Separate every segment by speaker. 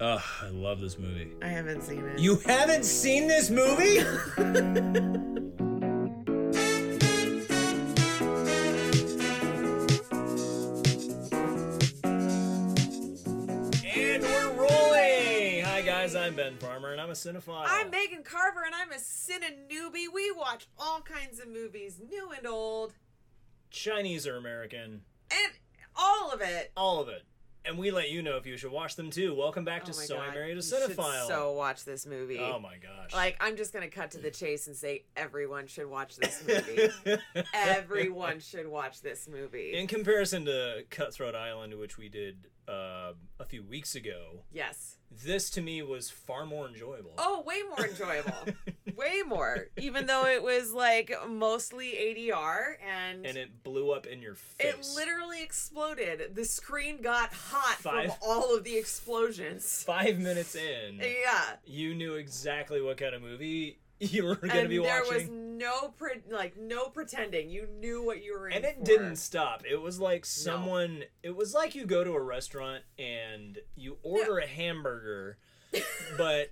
Speaker 1: Ugh, I love this movie.
Speaker 2: I haven't seen it.
Speaker 3: You haven't seen this movie?
Speaker 1: And we're rolling. Hi guys, I'm Ben Farmer, and I'm a cinephile.
Speaker 2: I'm Megan Carver, and I'm a cine newbie. We watch all kinds of movies, new and old,
Speaker 1: Chinese or American,
Speaker 2: and all of it.
Speaker 1: all of it, and we let you know if you should watch them too. Welcome back to
Speaker 2: oh my
Speaker 1: So
Speaker 2: God.
Speaker 1: I Married a
Speaker 2: you should
Speaker 1: Cinephile.
Speaker 2: So watch this movie.
Speaker 1: oh my gosh!
Speaker 2: Like I'm just gonna cut to the chase and say everyone should watch this movie. everyone should watch this movie.
Speaker 1: in comparison to Cutthroat Island, which we did uh, a few weeks ago,
Speaker 2: yes.
Speaker 1: this to me was far more enjoyable.
Speaker 2: Oh, way more enjoyable. way more. Even though it was like mostly ADR and.
Speaker 1: And it blew up in your face.
Speaker 2: it literally exploded. The screen got hot
Speaker 1: Five.
Speaker 2: from all of the explosions.
Speaker 1: Five minutes in,
Speaker 2: Yeah.
Speaker 1: you knew exactly what kind of movie you were going to
Speaker 2: and
Speaker 1: be
Speaker 2: there
Speaker 1: watching.
Speaker 2: was no pre- like no pretending. You knew what you were in.
Speaker 1: and it
Speaker 2: for.
Speaker 1: didn't stop it was like someone it was like you go to a restaurant and you order a hamburger but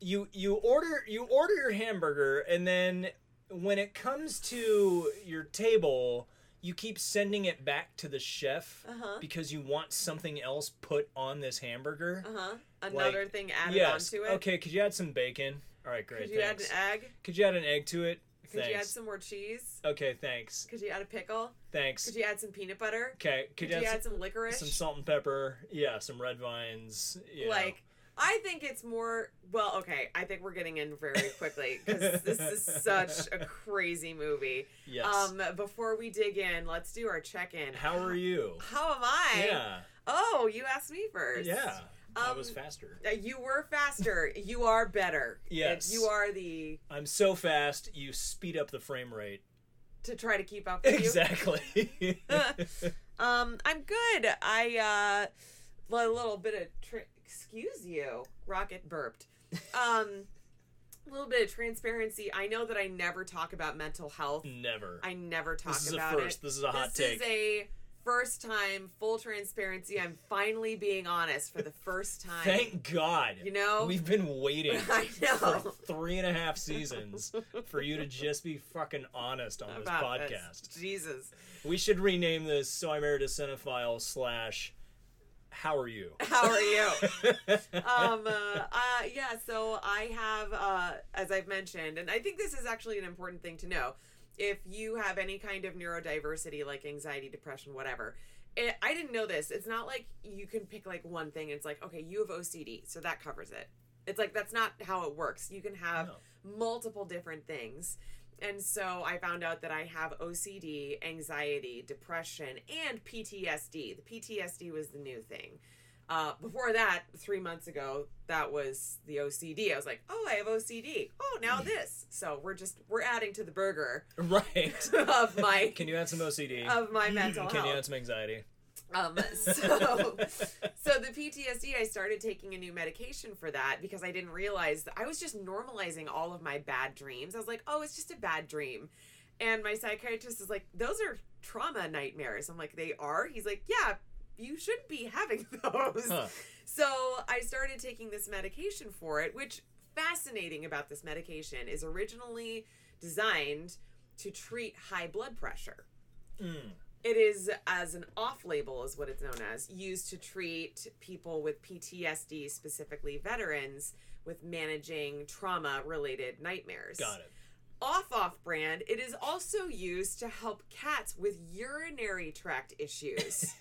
Speaker 1: you you order you order your hamburger and then when it comes to your table you keep sending it back to the chef
Speaker 2: Uh-huh.
Speaker 1: because you want something else put on this hamburger
Speaker 2: Uh huh. Another
Speaker 1: Like,
Speaker 2: thing added
Speaker 1: yes
Speaker 2: onto it.
Speaker 1: okay could you add some bacon all right great
Speaker 2: Could you add
Speaker 1: thanks
Speaker 2: an egg?
Speaker 1: could you add an egg to it
Speaker 2: Could
Speaker 1: thanks
Speaker 2: you add some more cheese?
Speaker 1: okay thanks
Speaker 2: Could you add a pickle?
Speaker 1: thanks
Speaker 2: Could you add some peanut butter?
Speaker 1: okay could,
Speaker 2: Could you
Speaker 1: some-
Speaker 2: add some licorice?
Speaker 1: some salt and pepper yeah some red vines you know.
Speaker 2: like I think it's more well, okay. I think we're getting in very quickly because this is such a crazy movie.
Speaker 1: yes
Speaker 2: Um, before we dig in, let's do our check-in.
Speaker 1: how are you
Speaker 2: How am I?
Speaker 1: yeah
Speaker 2: Oh, you asked me first.
Speaker 1: yeah i
Speaker 2: Um,
Speaker 1: was faster
Speaker 2: Uh, You were faster. You are better.
Speaker 1: Yes.
Speaker 2: If You are the
Speaker 1: i'm so fast you speed up the frame rate
Speaker 2: to try to keep up with
Speaker 1: exactly
Speaker 2: you. Um, I'm good. I uh, a little bit of tra- excuse you. Rocket burped. Um, a little bit of transparency. I know that I never talk about mental health.
Speaker 1: never
Speaker 2: I never talk
Speaker 1: this is a
Speaker 2: about
Speaker 1: first
Speaker 2: it.
Speaker 1: this is a hot
Speaker 2: this
Speaker 1: take
Speaker 2: is a first time full transparency. I'm finally being honest for the first time.
Speaker 1: thank god
Speaker 2: you know.
Speaker 1: we've been waiting
Speaker 2: I
Speaker 1: for
Speaker 2: know.
Speaker 1: three and a half seasons for you to just be fucking honest on this
Speaker 2: about this.
Speaker 1: podcast
Speaker 2: Jesus.
Speaker 1: we should rename this so i married a cinephile slash how are you
Speaker 2: How are you? um, uh, uh, yeah, so I have, uh, as I've mentioned, and I think this is actually an important thing to know. If you have any kind of neurodiversity, like anxiety, depression, whatever, it, I didn't know this. It's not like you can pick like one thing. It's like, okay, you have OCD, so that covers it. It's like that's not how it works. You can have multiple different things. And so I found out that I have OCD, anxiety, depression, and PTSD. The PTSD was the new thing. Uh, before that, three months ago, that was the OCD. I was like, oh, I have OCD. Oh, now this. So we're just we're adding to the burger
Speaker 1: right
Speaker 2: of my
Speaker 1: Can you add some OCD?
Speaker 2: of my mental
Speaker 1: Hmm, Can you
Speaker 2: health.
Speaker 1: add some anxiety?
Speaker 2: Um, so, so the PTSD, I started taking a new medication for that because I didn't realize that I was just normalizing all of my bad dreams. I was like, oh, it's just a bad dream. And my psychiatrist is like, those are trauma nightmares. I'm like, they are? He's like, yeah, you shouldn't be having those.
Speaker 1: Huh.
Speaker 2: So I started taking this medication for it, which fascinating about this medication is originally designed to treat high blood pressure.
Speaker 1: Mm.
Speaker 2: It is as an off label, is what it's known as, used to treat people with PTSD, specifically veterans, with managing trauma related nightmares.
Speaker 1: Got it.
Speaker 2: Off off brand, it is also used to help cats with urinary tract issues.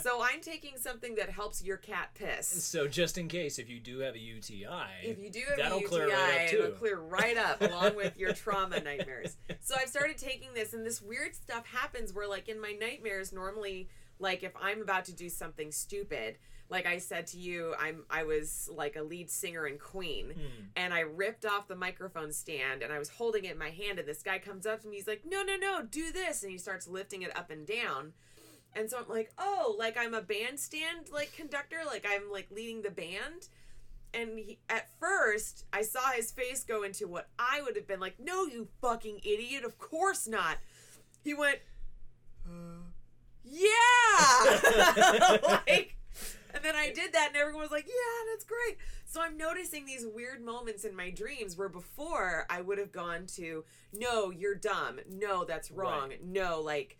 Speaker 2: so I'm taking something that helps your cat piss.
Speaker 1: so just in case, if you do have a UTI,
Speaker 2: If you do have
Speaker 1: That'll
Speaker 2: a UTI,
Speaker 1: clear right up,
Speaker 2: it'll
Speaker 1: too.
Speaker 2: clear right up along with your trauma nightmares. So I've started taking this, and this weird stuff happens where, like, in my nightmares, normally, like, if I'm about to do something stupid, like I said to you, I'm I was like a lead singer in Queen,
Speaker 1: Hmm.
Speaker 2: and I ripped off the microphone stand, and I was holding it in my hand, and this guy comes up to me, he's like, "No, no, no, do this," and he starts lifting it up and down. And so I'm like, oh, like I'm a bandstand like conductor, like I'm like leading the band. And he, at first, I saw his face go into what I would have been like, no, you fucking idiot, of course not. He went, uh, yeah, like, and then I I did that, and everyone was like, "Yeah, that's great." So I'm noticing these weird moments in my dreams where before I would have gone to, "No, you're dumb. No, that's wrong. No, like."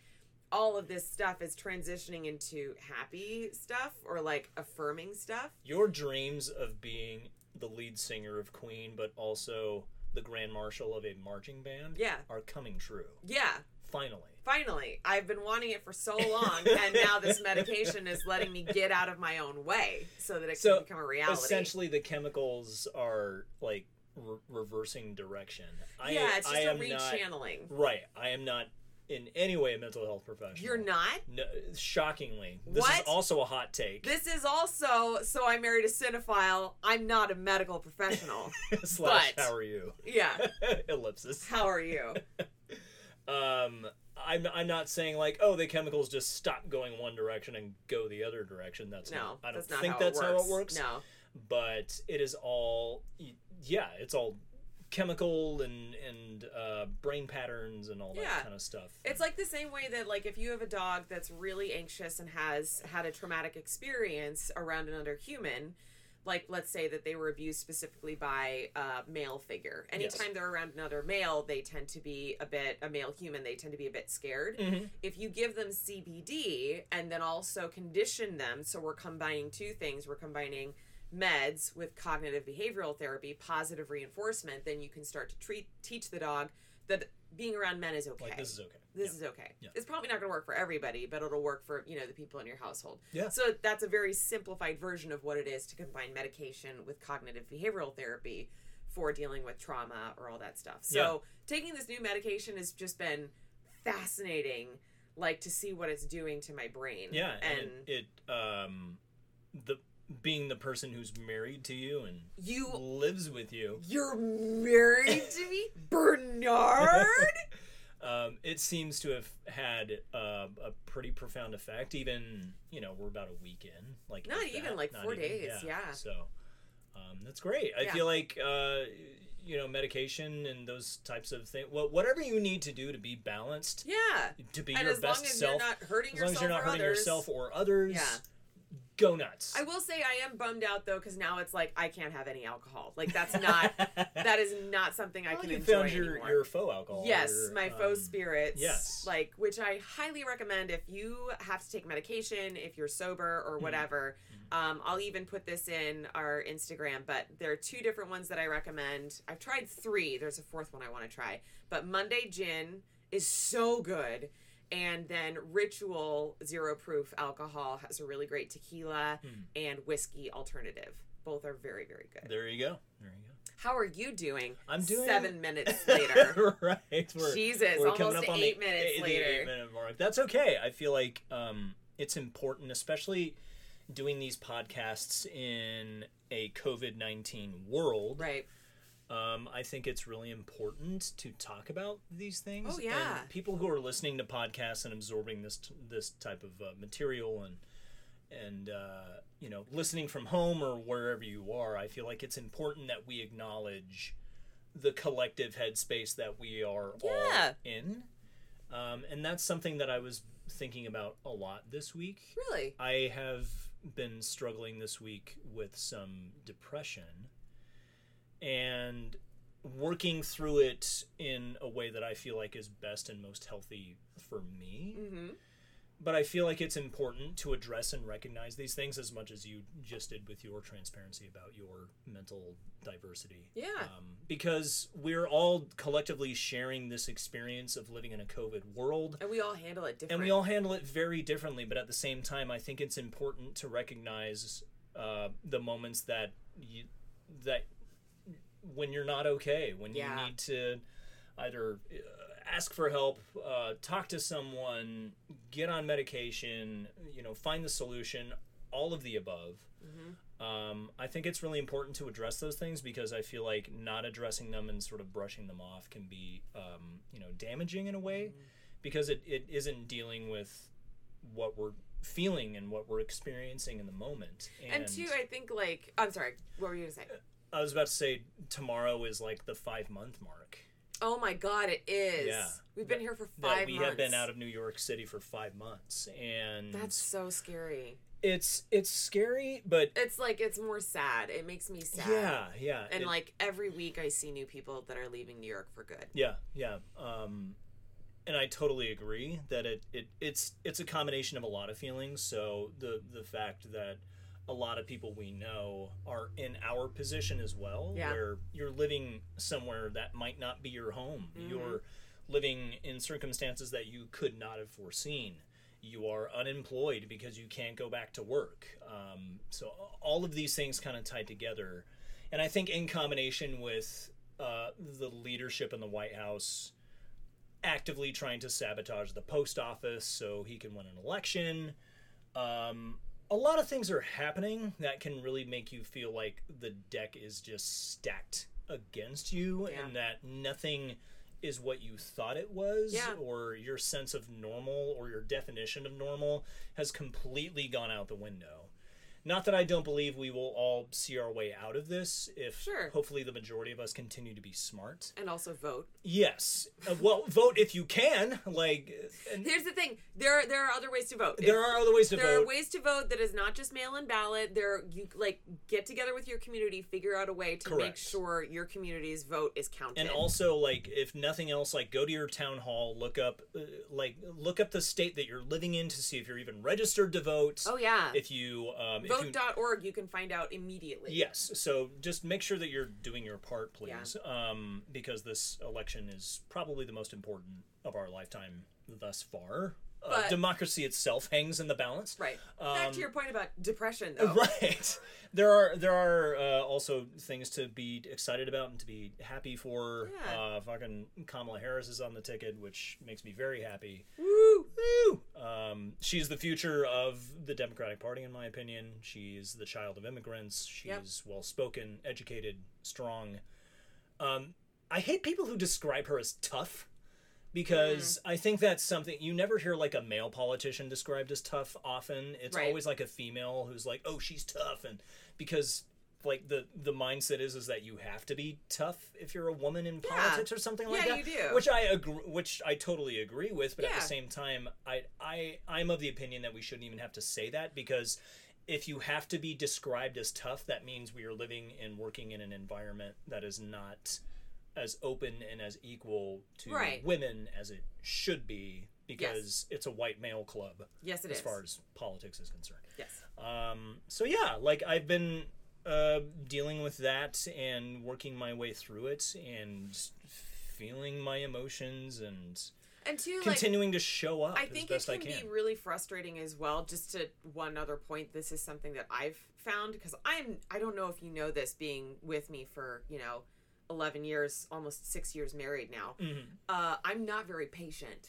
Speaker 2: All of this stuff is transitioning into happy stuff or like affirming stuff.
Speaker 1: Your dreams of being the lead singer of Queen, but also the grand marshal of a marching band,
Speaker 2: Yeah.
Speaker 1: are coming true.
Speaker 2: Yeah,
Speaker 1: Finally.
Speaker 2: finally, I've been wanting it for so long, and now this medication is letting me get out of my own way so that it
Speaker 1: So,
Speaker 2: can become a reality.
Speaker 1: Essentially, the chemicals are like re- reversing direction. I,
Speaker 2: yeah, it's just
Speaker 1: I
Speaker 2: a
Speaker 1: am not-
Speaker 2: rechanneling.
Speaker 1: Right. I am not in any way a mental health professional.
Speaker 2: You're not.
Speaker 1: No, shockingly, this is
Speaker 2: What?
Speaker 1: also a hot take.
Speaker 2: This is also so I married a cinephile. I'm not a medical professional.
Speaker 1: slash,
Speaker 2: but-
Speaker 1: how are you?
Speaker 2: yeah.
Speaker 1: Ellipsis.
Speaker 2: How are you?
Speaker 1: Um, I'm I'm not saying like, oh, the chemicals just stop going one direction and go the other direction. That's
Speaker 2: No,
Speaker 1: not, I don't
Speaker 2: that's not
Speaker 1: think
Speaker 2: how
Speaker 1: that's
Speaker 2: it
Speaker 1: how
Speaker 2: works.
Speaker 1: it works.
Speaker 2: No.
Speaker 1: But it is all, yeah, it's all chemical and and uh, brain patterns and all
Speaker 2: Yeah.
Speaker 1: that kind of stuff.
Speaker 2: It's like the same way that like if you have a dog that's really anxious and has had a traumatic experience around another human, like let's say that they were abused specifically by a male figure. Anytime they're around another male, they tend to be a bit a male human, they tend to be a bit scared.
Speaker 1: Mhm.
Speaker 2: If you give them CBD and then also condition them, so we're combining two things, we're combining meds with cognitive behavioral therapy, positive reinforcement, then you can start to treat teach the dog that being around men is okay
Speaker 1: like this is okay.
Speaker 2: this is okay.
Speaker 1: Yeah.
Speaker 2: It's probably not going to work for everybody, but it'll work for you know the people in your household.
Speaker 1: Yeah.
Speaker 2: So that's a very simplified version of what it is to combine medication with cognitive behavioral therapy for dealing with trauma or all that stuff. So taking this new medication has just been fascinating, like to see what it's doing to my brain.
Speaker 1: Yeah,
Speaker 2: and.
Speaker 1: and it, it um the being the person who's married to you and
Speaker 2: you
Speaker 1: lives with you,
Speaker 2: you're married to me, Bernard.
Speaker 1: um, it seems to have had uh, a pretty profound effect. Even you know we're about a week in, like
Speaker 2: Not
Speaker 1: if
Speaker 2: even,
Speaker 1: that,
Speaker 2: like,
Speaker 1: not
Speaker 2: four days, yeah.
Speaker 1: So um, that's great. I
Speaker 2: Yeah.
Speaker 1: feel like uh, you know medication and those types of things. Well, whatever you need to do to be balanced,
Speaker 2: yeah,
Speaker 1: to be
Speaker 2: and
Speaker 1: your
Speaker 2: as long
Speaker 1: best
Speaker 2: as
Speaker 1: self,
Speaker 2: you're not hurting
Speaker 1: as long
Speaker 2: yourself
Speaker 1: as you're not
Speaker 2: or
Speaker 1: hurting
Speaker 2: others,
Speaker 1: yourself or others,
Speaker 2: Yeah.
Speaker 1: go nuts.
Speaker 2: I will say I am bummed out though because now it's like I can't have any alcohol. Like that's not that is not something I
Speaker 1: Well,
Speaker 2: can
Speaker 1: you
Speaker 2: enjoy
Speaker 1: found your,
Speaker 2: anymore.
Speaker 1: your faux alcohol.
Speaker 2: yes,
Speaker 1: your,
Speaker 2: my
Speaker 1: um,
Speaker 2: faux spirits.
Speaker 1: yes.
Speaker 2: like which I highly recommend if you have to take medication, if you're sober
Speaker 1: Mm-hmm.
Speaker 2: or whatever. Um, I'll even put this in our Instagram, but there are two different ones that I recommend. I've tried three. There's a fourth one I want to try, but Monday Gin is so good. And then Ritual Zero Proof Alcohol has a really great tequila
Speaker 1: Hmm.
Speaker 2: and whiskey alternative. Both are very, very good.
Speaker 1: There you go. There you go.
Speaker 2: How are you doing?
Speaker 1: I'm doing-
Speaker 2: seven minutes later.
Speaker 1: right. We're,
Speaker 2: Jesus,
Speaker 1: we're
Speaker 2: almost
Speaker 1: coming up on the
Speaker 2: eight minutes
Speaker 1: eight- the
Speaker 2: later.
Speaker 1: eight-minute mark. That's okay. I feel like um, it's important, especially doing these podcasts in a COVID nineteen world.
Speaker 2: Right.
Speaker 1: Um, I think it's really important to talk about these things.
Speaker 2: Oh, yeah.
Speaker 1: And people who are listening to podcasts and absorbing this this type of uh, material and and uh, you know listening from home or wherever you are, I feel like it's important that we acknowledge the collective headspace that we are all
Speaker 2: Yeah.
Speaker 1: in. Um, and that's something that I was thinking about a lot this week.
Speaker 2: Really?
Speaker 1: I have been struggling this week with some depression and working through it in a way that I feel like is best and most healthy for me.
Speaker 2: Mm-hmm.
Speaker 1: But I feel like it's important to address and recognize these things as much as you just did with your transparency about your mental diversity.
Speaker 2: Yeah.
Speaker 1: Um, because we're all collectively sharing this experience of living in a COVID world.
Speaker 2: And we all handle it differently.
Speaker 1: And we all handle it very differently, but at the same time, I think it's important to recognize uh, the moments that you that when you're not okay, when you
Speaker 2: Yeah.
Speaker 1: need to either uh, ask for help, uh, talk to someone, get on medication, you know, find the solution, all of the above. Um, I think it's really important to address those things because I feel like not addressing them and sort of brushing them off can be, um, you know, damaging in a way because it, it isn't dealing with what we're feeling and what we're experiencing in the moment.
Speaker 2: And two, I think like I'm sorry. What were you gonna say?
Speaker 1: I was about to say tomorrow is like the five month mark.
Speaker 2: Oh my God, it is.
Speaker 1: Yeah.
Speaker 2: We've been here for
Speaker 1: that
Speaker 2: five
Speaker 1: we
Speaker 2: months.
Speaker 1: have been out of New York City for five months, and
Speaker 2: That's so scary.
Speaker 1: it's it's scary, but
Speaker 2: It's like it's more sad. It makes me sad.
Speaker 1: yeah, yeah,
Speaker 2: And
Speaker 1: it-
Speaker 2: like every week, I see new people that are leaving New York for good.
Speaker 1: yeah, yeah. Um, and I totally agree that it, it it's it's a combination of a lot of feelings. So the the fact that a lot of people we know are in our position as well,
Speaker 2: Yeah.
Speaker 1: where you're living somewhere that might not be your home.
Speaker 2: Mhm.
Speaker 1: You're living in circumstances that you could not have foreseen. You are unemployed because you can't go back to work. Um, so all of these things kind of tied together, and I think in combination with uh, the leadership in the White House actively trying to sabotage the post office so he can win an election. Um, a lot of things are happening that can really make you feel like the deck is just stacked against you
Speaker 2: Yeah.
Speaker 1: and that nothing is what you thought it was
Speaker 2: Yeah.
Speaker 1: or your sense of normal or your definition of normal has completely gone out the window. Not that I don't believe we will all see our way out of this if
Speaker 2: Sure.
Speaker 1: hopefully the majority of us continue to be smart.
Speaker 2: And also vote.
Speaker 1: Yes. Uh, well, vote if you can. Like, and
Speaker 2: Here's the thing: there there are other ways to vote.
Speaker 1: there are other ways to
Speaker 2: there are
Speaker 1: vote.
Speaker 2: ways to vote that is not just mail-in ballot. There, you like get together with your community, figure out a way to make
Speaker 1: Correct.
Speaker 2: sure your community's vote is counted.
Speaker 1: and also, like, if nothing else, like, go to your town hall, look up, uh, like, look up the state that you're living in to see if you're even registered to vote.
Speaker 2: oh yeah,
Speaker 1: If you, um, if you,
Speaker 2: vote.org. You can find out immediately.
Speaker 1: yes. So just make sure that you're doing your part, please, um, because this election is probably the most important of our lifetime thus far. uh,
Speaker 2: But- democracy
Speaker 1: democracy itself hangs in the balance.
Speaker 2: Right. Back to
Speaker 1: Um,
Speaker 2: your point about depression, though.
Speaker 1: Right. There are there are uh, also things to be excited about and to be happy for.
Speaker 2: Yeah.
Speaker 1: Uh, fucking Kamala Harris is on the ticket, which makes me very happy.
Speaker 2: Woo!
Speaker 1: Woo! Um, she's the future of the Democratic Party, in my opinion. She's the child of immigrants. She's
Speaker 2: Yep.
Speaker 1: well spoken, educated, strong. Um, I hate people who describe her as tough because
Speaker 2: Mm.
Speaker 1: I think that's something you never hear like a male politician described as tough often. It's
Speaker 2: Right.
Speaker 1: always like a female who's like, "Oh, she's tough," and because like the the mindset is is that you have to be tough if you're a woman in politics or something like
Speaker 2: Yeah,
Speaker 1: that.
Speaker 2: you do.
Speaker 1: Which I agree, which I totally agree with, but at
Speaker 2: Yeah.
Speaker 1: the same time, I I I'm of the opinion that we shouldn't even have to say that because if you have to be described as tough, that means we are living and working in an environment that is not as open and as equal to
Speaker 2: Right.
Speaker 1: women as it should be because it's a white male club
Speaker 2: Yes, it is.
Speaker 1: as far as politics is concerned.
Speaker 2: yes.
Speaker 1: Um, so yeah, like I've been uh, dealing with that and working my way through it and feeling my emotions and
Speaker 2: And two, like
Speaker 1: continuing to show up
Speaker 2: I think
Speaker 1: as best
Speaker 2: it can,
Speaker 1: I can.
Speaker 2: be really frustrating as well. Just to one other point, this is something that I've found because I'm I don't know if you know this, being with me for you know eleven years, almost six years married now.
Speaker 1: Mm-hmm.
Speaker 2: Uh, I'm not very patient,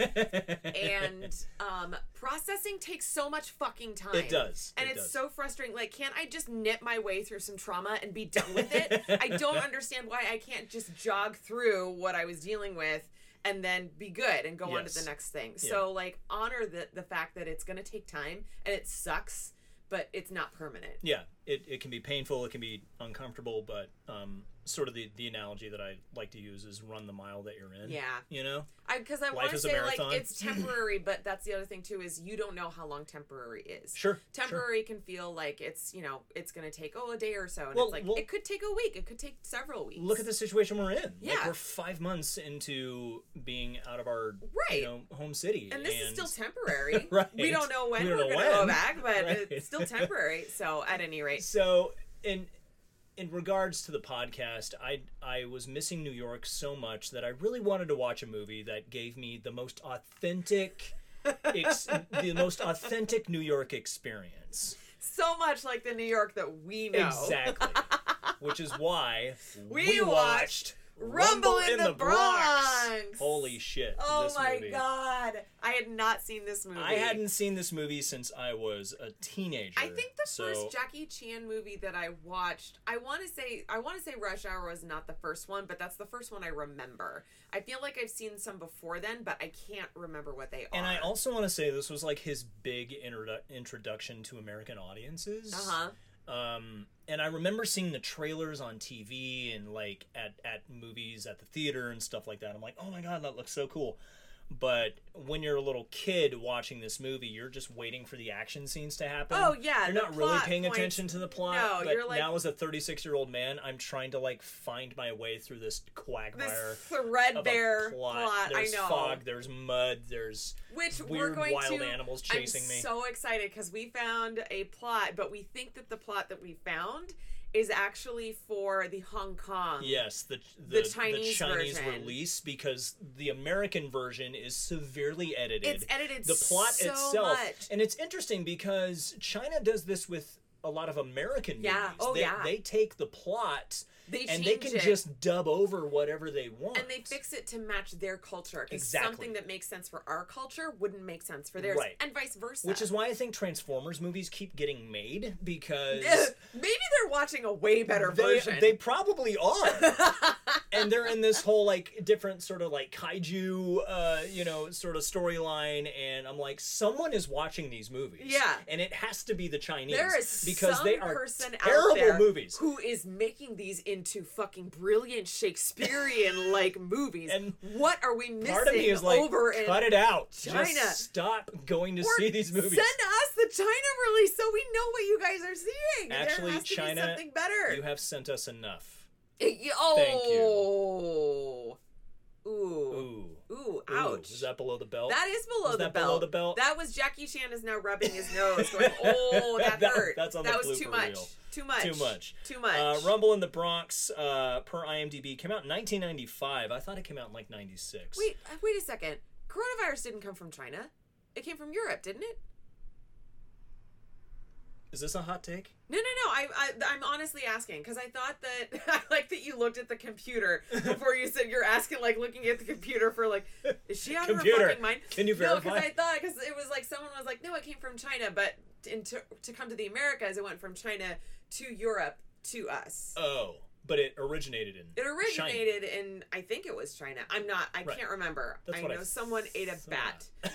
Speaker 1: Mhm.
Speaker 2: and um, processing takes so much fucking time.
Speaker 1: it does,
Speaker 2: And
Speaker 1: it
Speaker 2: it's
Speaker 1: does.
Speaker 2: so frustrating. Like, can't I just nip my way through some trauma and be done with it? I don't understand why I can't just jog through what I was dealing with and then be good and go on to
Speaker 1: Yes.
Speaker 2: the next thing. So, like, honor the, the fact that it's going to take time and it sucks, but it's not permanent.
Speaker 1: yeah it, it can be painful it can be uncomfortable but um, sort of the, the analogy that i like to use is run the mile that you're in
Speaker 2: Yeah.
Speaker 1: you know
Speaker 2: Because I,
Speaker 1: Life
Speaker 2: want to
Speaker 1: is a
Speaker 2: say, like,
Speaker 1: marathon.
Speaker 2: it's temporary, but that's the other thing, too, is you don't know how long temporary is.
Speaker 1: sure sure.
Speaker 2: Temporary can feel like it's, you know, it's going to take, oh, a day or so. And
Speaker 1: Well,
Speaker 2: it's like,
Speaker 1: well-
Speaker 2: it could take a week. It could take several weeks.
Speaker 1: look at the situation we're in. Like
Speaker 2: Yeah.
Speaker 1: we're five months into being out of our
Speaker 2: Right.
Speaker 1: you know, home city.
Speaker 2: And this is still temporary.
Speaker 1: Right.
Speaker 2: We don't know when
Speaker 1: We
Speaker 2: we are
Speaker 1: don't
Speaker 2: going
Speaker 1: know
Speaker 2: to go
Speaker 1: when.
Speaker 2: back, but
Speaker 1: Right.
Speaker 2: it's still temporary. So at any rate,
Speaker 1: so in in regards to the podcast, I I was missing New York so much that I really wanted to watch a movie that gave me the most authentic ex- the most authentic New York experience.
Speaker 2: so much like the New York that we know.
Speaker 1: Exactly. Which is why
Speaker 2: We
Speaker 1: we, watched
Speaker 2: watched Rumble in the Bronx.
Speaker 1: Holy shit.
Speaker 2: Oh
Speaker 1: this
Speaker 2: my
Speaker 1: movie.
Speaker 2: god! I had not seen this movie.
Speaker 1: I hadn't seen this movie since I was a teenager.
Speaker 2: I think the
Speaker 1: so
Speaker 2: first Jackie Chan movie that I watched, I want to say, I want to say Rush Hour was not the first one, but that's the first one I remember. I feel like I've seen some before then, but I can't remember what they are.
Speaker 1: And I also want to say this was like his big introdu- introduction to American audiences.
Speaker 2: uh huh.
Speaker 1: Um, and I remember seeing the trailers on TV and like at at movies at the theater and stuff like that. I'm like, oh my god, that looks so cool. but when you're a little kid watching this movie, you're just waiting for the action scenes to happen.
Speaker 2: Oh, yeah,
Speaker 1: you're
Speaker 2: the
Speaker 1: not really
Speaker 2: plot
Speaker 1: paying
Speaker 2: points-
Speaker 1: attention to the plot.
Speaker 2: No,
Speaker 1: but
Speaker 2: you're like-
Speaker 1: now as a 36 year old man, I'm trying to like find my way through this
Speaker 2: This
Speaker 1: quagmire of
Speaker 2: threadbare
Speaker 1: a
Speaker 2: plot,
Speaker 1: plot.
Speaker 2: I
Speaker 1: There's
Speaker 2: know.
Speaker 1: fog. There's mud. There's
Speaker 2: Which we're
Speaker 1: weird
Speaker 2: going
Speaker 1: wild
Speaker 2: to.
Speaker 1: animals chasing
Speaker 2: I'm
Speaker 1: me.
Speaker 2: so excited because we found a plot, but we think that the plot that we found is actually for the Hong Kong.
Speaker 1: Yes, the the,
Speaker 2: The Chinese
Speaker 1: Chinese,
Speaker 2: version.
Speaker 1: release because the American version is severely edited.
Speaker 2: It's edited
Speaker 1: the plot
Speaker 2: so
Speaker 1: itself,
Speaker 2: much.
Speaker 1: and it's interesting because China does this with a lot of American
Speaker 2: Yeah,
Speaker 1: movies.
Speaker 2: oh,
Speaker 1: they,
Speaker 2: yeah.
Speaker 1: they take the plot
Speaker 2: They
Speaker 1: and they
Speaker 2: change
Speaker 1: can
Speaker 2: it.
Speaker 1: just dub over whatever they want.
Speaker 2: and they fix it to match their culture because
Speaker 1: Exactly.
Speaker 2: something that makes sense for our culture wouldn't make sense for theirs,
Speaker 1: Right.
Speaker 2: and vice versa.
Speaker 1: which is why I think Transformers movies keep getting made because
Speaker 2: Ugh, maybe they're watching a way better
Speaker 1: they,
Speaker 2: version.
Speaker 1: they probably are. and they're in this whole like different sort of like kaiju, uh, you know, sort of storyline. And I'm like, someone is watching these movies.
Speaker 2: Yeah.
Speaker 1: And it has to be the Chinese.
Speaker 2: there is
Speaker 1: because
Speaker 2: some
Speaker 1: they are
Speaker 2: person
Speaker 1: terrible
Speaker 2: out there
Speaker 1: movies.
Speaker 2: who is making these into fucking brilliant Shakespearean like movies.
Speaker 1: And
Speaker 2: what are we missing
Speaker 1: Part of me is like,
Speaker 2: over in
Speaker 1: cut it out.
Speaker 2: China.
Speaker 1: Just stop going to
Speaker 2: Or
Speaker 1: see these movies.
Speaker 2: Send us the China release so we know what you guys are seeing.
Speaker 1: Actually,
Speaker 2: there has to
Speaker 1: China,
Speaker 2: be something better.
Speaker 1: You have sent us enough.
Speaker 2: It- y- oh. Ooh.
Speaker 1: Ooh.
Speaker 2: Ooh.
Speaker 1: Ooh,
Speaker 2: Ouch.
Speaker 1: Is that below the belt?
Speaker 2: that is below
Speaker 1: was
Speaker 2: the
Speaker 1: that
Speaker 2: belt.
Speaker 1: below the belt?
Speaker 2: That was Jackie Chan is now rubbing his nose, going, "Oh, that,
Speaker 1: That-
Speaker 2: hurt.
Speaker 1: that's on
Speaker 2: that
Speaker 1: the
Speaker 2: was too
Speaker 1: blooper
Speaker 2: much.
Speaker 1: reel.
Speaker 2: Too much.
Speaker 1: Too much.
Speaker 2: Too much."
Speaker 1: Uh, Rumble in the Bronx, uh, per IMDb, came out in 1995. I thought it came out in like 96.
Speaker 2: Wait, uh, wait a second. Coronavirus didn't come from China. It came from Europe, didn't it?
Speaker 1: Is this a hot take?
Speaker 2: No, no, no. I, I I'm honestly asking because I thought that I like that you looked at the computer before you said you're asking, like looking at the computer for like, is she out of her
Speaker 1: Computer,
Speaker 2: fucking mind?
Speaker 1: can you
Speaker 2: No, because
Speaker 1: verify?
Speaker 2: I thought because it was like someone was like, no, it came from China, but in to, to come to the Americas, it went from China to Europe to us.
Speaker 1: Oh, but it originated in.
Speaker 2: It
Speaker 1: China.
Speaker 2: originated in, I think it was China. I'm not, I
Speaker 1: Right.
Speaker 2: can't remember.
Speaker 1: That's
Speaker 2: I
Speaker 1: what I
Speaker 2: know someone ate a
Speaker 1: thought.
Speaker 2: bat.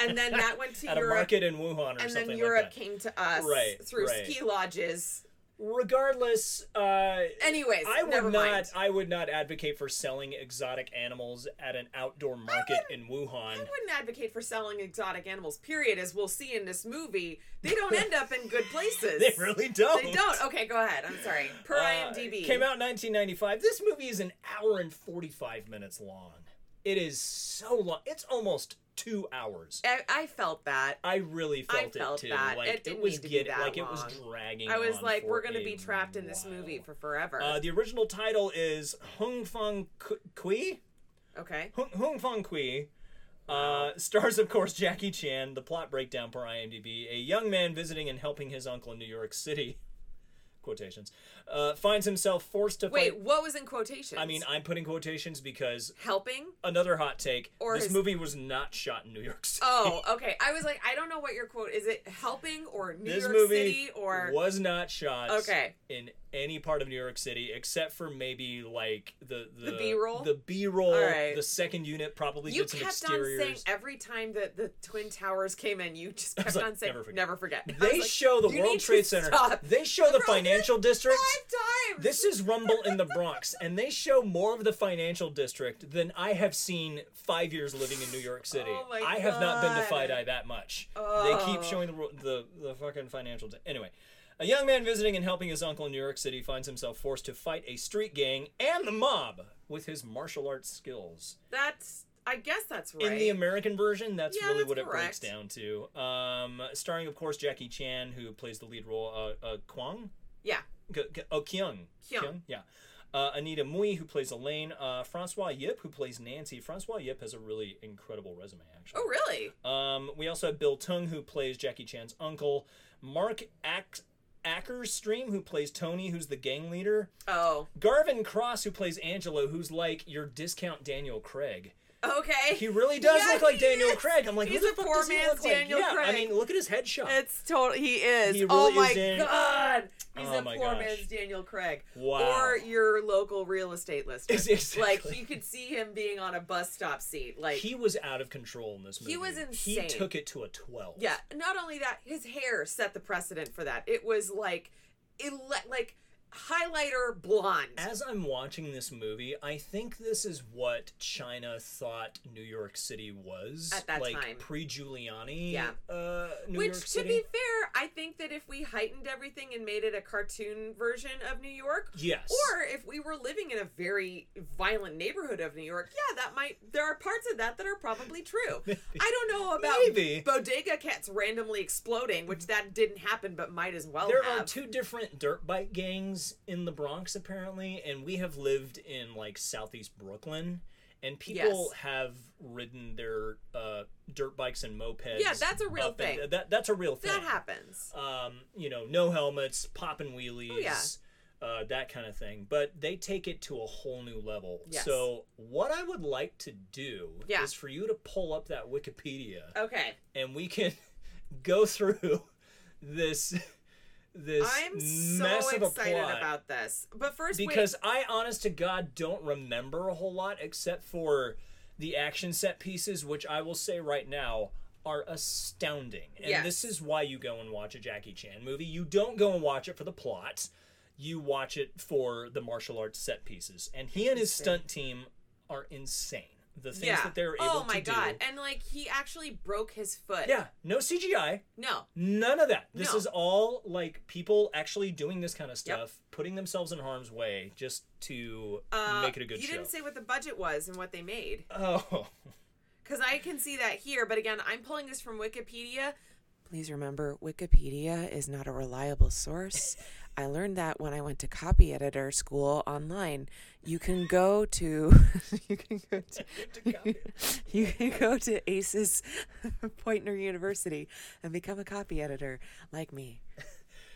Speaker 2: and then that went to
Speaker 1: At a
Speaker 2: Europe.
Speaker 1: market in Wuhan or
Speaker 2: And
Speaker 1: something
Speaker 2: then Europe
Speaker 1: like that.
Speaker 2: came to us
Speaker 1: Right,
Speaker 2: through
Speaker 1: right.
Speaker 2: ski lodges.
Speaker 1: Regardless, uh, I
Speaker 2: Anyways,
Speaker 1: would
Speaker 2: never
Speaker 1: not.
Speaker 2: mind.
Speaker 1: I would not advocate for selling exotic animals at an outdoor market in Wuhan.
Speaker 2: I wouldn't advocate for selling exotic animals, period, as we'll see in this movie. They don't end up in good places.
Speaker 1: They really don't.
Speaker 2: They don't. Okay, go ahead. I'm sorry. Per
Speaker 1: Uh,
Speaker 2: IMDb.
Speaker 1: Came out in 1995. This movie is an hour and 45 minutes long. It is so long. It's almost two hours.
Speaker 2: I, I felt that.
Speaker 1: I really felt
Speaker 2: felt
Speaker 1: it too.
Speaker 2: that.
Speaker 1: Like
Speaker 2: It didn't
Speaker 1: was
Speaker 2: need to be
Speaker 1: getting
Speaker 2: that
Speaker 1: like it was
Speaker 2: long.
Speaker 1: dragging.
Speaker 2: I was
Speaker 1: on
Speaker 2: like,
Speaker 1: for
Speaker 2: we're going to
Speaker 1: a
Speaker 2: be trapped in this
Speaker 1: while.
Speaker 2: movie for forever.
Speaker 1: Uh, the original title is Hung Fong Ku- Kui.
Speaker 2: okay.
Speaker 1: Hung, Hung Fong Kui. Uh, stars, of course, Jackie Chan. The plot breakdown per IMDb: A young man visiting and helping his uncle in New York City. Quotations. Uh, finds himself forced to
Speaker 2: Wait,
Speaker 1: fight.
Speaker 2: what was in quotations?
Speaker 1: I mean, I'm putting quotations because
Speaker 2: helping?
Speaker 1: another hot take.
Speaker 2: Or
Speaker 1: this
Speaker 2: his-
Speaker 1: movie was not shot in New York City.
Speaker 2: Oh, okay. I was like, I don't know what your quote is. It helping or New
Speaker 1: this
Speaker 2: York
Speaker 1: movie
Speaker 2: City or
Speaker 1: was not shot
Speaker 2: Okay.
Speaker 1: in any part of New York City except for maybe like the the,
Speaker 2: B-roll?
Speaker 1: the B roll,
Speaker 2: All right.
Speaker 1: the second unit probably
Speaker 2: you
Speaker 1: did some
Speaker 2: kept on saying
Speaker 1: exteriors.
Speaker 2: every time that the twin towers came in, you just kept
Speaker 1: like,
Speaker 2: on saying,
Speaker 1: "Never forget."
Speaker 2: "Never forget." I was
Speaker 1: they
Speaker 2: like,
Speaker 1: show the
Speaker 2: "You need
Speaker 1: World
Speaker 2: to
Speaker 1: Trade Center.
Speaker 2: stop."
Speaker 1: They show the
Speaker 2: Bro,
Speaker 1: financial district.
Speaker 2: five times.
Speaker 1: This is Rumble in the Bronx, and they show more of the financial district than I have seen five years living in New York City.
Speaker 2: Oh my
Speaker 1: I have not been to
Speaker 2: God.
Speaker 1: Five Eye that much. They
Speaker 2: Oh.
Speaker 1: keep showing the, ro- the the fucking financial. Di- anyway, a young man visiting and helping his uncle in New York City finds himself forced to fight a street gang and the mob with his martial arts skills.
Speaker 2: That's. I guess that's right.
Speaker 1: In the American version, that's
Speaker 2: Yeah,
Speaker 1: really
Speaker 2: that's
Speaker 1: what it
Speaker 2: correct.
Speaker 1: breaks down to. Um, starring, of course, Jackie Chan, who plays the lead role, uh, uh, Kwang.
Speaker 2: yeah.
Speaker 1: K- K- Oh, Kyung.
Speaker 2: Kyung.
Speaker 1: yeah. Uh, Anita Mui, who plays Elaine. Uh, Francois Yip, who plays Nancy. Francois Yip has a really incredible resume, actually.
Speaker 2: Oh, really?
Speaker 1: Um, we also have Bill Tung, who plays Jackie Chan's uncle. Mark Ack- Ackerstream, who plays Tony, who's the gang leader.
Speaker 2: Oh.
Speaker 1: Garvin Cross, who plays Angelo, who's like your discount Daniel Craig.
Speaker 2: Okay.
Speaker 1: He really does
Speaker 2: Yeah,
Speaker 1: look like
Speaker 2: he
Speaker 1: Daniel
Speaker 2: is.
Speaker 1: Craig. I'm like,
Speaker 2: He's
Speaker 1: who
Speaker 2: a
Speaker 1: the fuck
Speaker 2: poor
Speaker 1: does he
Speaker 2: man's
Speaker 1: look like?
Speaker 2: Daniel
Speaker 1: yeah, I
Speaker 2: Cratal.
Speaker 1: mean, look at his headshot.
Speaker 2: It's total. He is.
Speaker 1: He
Speaker 2: oh
Speaker 1: really
Speaker 2: my
Speaker 1: is in-
Speaker 2: god. He's
Speaker 1: Oh
Speaker 2: a
Speaker 1: my
Speaker 2: poor
Speaker 1: gosh.
Speaker 2: man's Daniel Craig.
Speaker 1: Wow.
Speaker 2: Or your local real estate lister.
Speaker 1: Exactly.
Speaker 2: Like you could see him being on a bus stop seat. Like
Speaker 1: he was out of control in this movie.
Speaker 2: He was
Speaker 1: He
Speaker 2: insane.
Speaker 1: took it to a 12.
Speaker 2: yeah. Not only that, his hair set the precedent for that. It was like, ele- like highlighter blonde.
Speaker 1: As I'm watching this movie, I think this is what China thought New York City was
Speaker 2: At that
Speaker 1: like
Speaker 2: time.
Speaker 1: pre-Giuliani.
Speaker 2: Yeah.
Speaker 1: uh, New
Speaker 2: Which,
Speaker 1: York
Speaker 2: to
Speaker 1: City.
Speaker 2: be fair, I think that if we heightened everything and made it a cartoon version of New York,
Speaker 1: yes,
Speaker 2: or if we were living in a very violent neighborhood of New York, yeah, that might. There are parts of that that are probably true. I don't know about
Speaker 1: Maybe.
Speaker 2: bodega cats randomly exploding, which that didn't happen, but might as well.
Speaker 1: there
Speaker 2: have.
Speaker 1: are two different dirt bike gangs in the Bronx apparently, and we have lived in like southeast Brooklyn, and people
Speaker 2: Yes.
Speaker 1: have ridden their uh, dirt bikes and mopeds.
Speaker 2: Yeah, that's a real
Speaker 1: up and-
Speaker 2: thing.
Speaker 1: that that's a real thing.
Speaker 2: That happens.
Speaker 1: um, you know, no helmets, popping wheelies,
Speaker 2: Oh, yeah.
Speaker 1: uh, that kind of thing. But they take it to a whole new level.
Speaker 2: Yes.
Speaker 1: So what I would like to do
Speaker 2: Yeah.
Speaker 1: is for you to pull up that Wikipedia,
Speaker 2: Okay,
Speaker 1: and we can go through this this
Speaker 2: I'm so
Speaker 1: massive
Speaker 2: excited
Speaker 1: plot.
Speaker 2: about this. But first, wait,
Speaker 1: because I, honest to God, don't remember a whole lot except for the action set pieces, which I will say right now are astounding. And
Speaker 2: Yes.
Speaker 1: this is why you go and watch a Jackie Chan movie. You don't go and watch it for the plot, you watch it for the martial arts set pieces. And he and his stunt team are insane. The things that they're able
Speaker 2: oh my
Speaker 1: to
Speaker 2: god!
Speaker 1: do.
Speaker 2: And like he actually broke his foot.
Speaker 1: Yeah, no CGI,
Speaker 2: No.
Speaker 1: none of that. This
Speaker 2: No.
Speaker 1: is all like people actually doing this kind of
Speaker 2: Yep.
Speaker 1: stuff, putting themselves in harm's way just to
Speaker 2: Uh,
Speaker 1: make it a good
Speaker 2: you
Speaker 1: show.
Speaker 2: didn't say what the budget was and what they made.
Speaker 1: Oh,
Speaker 2: Because I can see that here, but again, I'm pulling this from Wikipedia. Please remember, Wikipedia is not a reliable source. I learned that when I went to copy editor school online. You can go to you can go to you can go to ACES Pointner University and become a copy editor like me.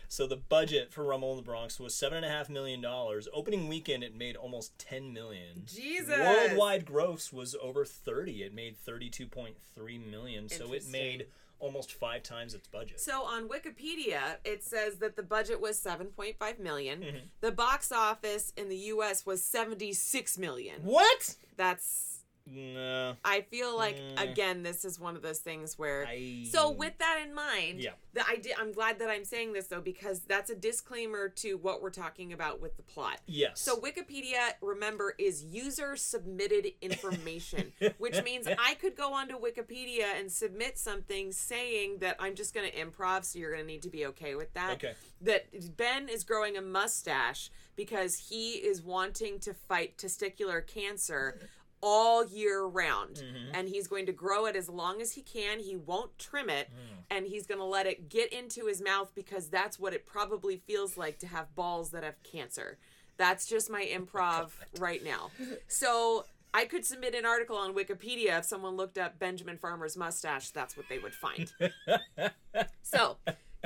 Speaker 1: so the budget for Rumble in the Bronx was seven and a half million dollars. Opening weekend, it made almost ten million.
Speaker 2: Jesus.
Speaker 1: Worldwide gross was over thirty. It made thirty-two point three million. So it
Speaker 2: Interesting.
Speaker 1: made almost five times its budget.
Speaker 2: So on Wikipedia, it says that the budget was 7.5 million. The box office in the US was 76
Speaker 1: Mm-hmm.
Speaker 2: million.
Speaker 1: what?
Speaker 2: That's
Speaker 1: No.
Speaker 2: I feel like
Speaker 1: Mm.
Speaker 2: again, this is one of those things where.
Speaker 1: I...
Speaker 2: So with that in mind,
Speaker 1: Yeah.
Speaker 2: the idea, I'm glad that I'm saying this though because that's a disclaimer to what we're talking about with the plot.
Speaker 1: yes.
Speaker 2: So Wikipedia, remember, is user submitted information, which means I could go onto Wikipedia and submit something saying that I'm just going to improv, so you're going to need to be okay with that.
Speaker 1: Okay.
Speaker 2: That Ben is growing a mustache because he is wanting to fight testicular cancer all year round and he's going to grow it as long as he can he won't trim it and he's going to let it get into his mouth because that's what it probably feels like to have balls that have cancer that's just my improv right now. So I could submit an article on Wikipedia if someone looked up Benjamin Farmer's mustache, that's what they would find. so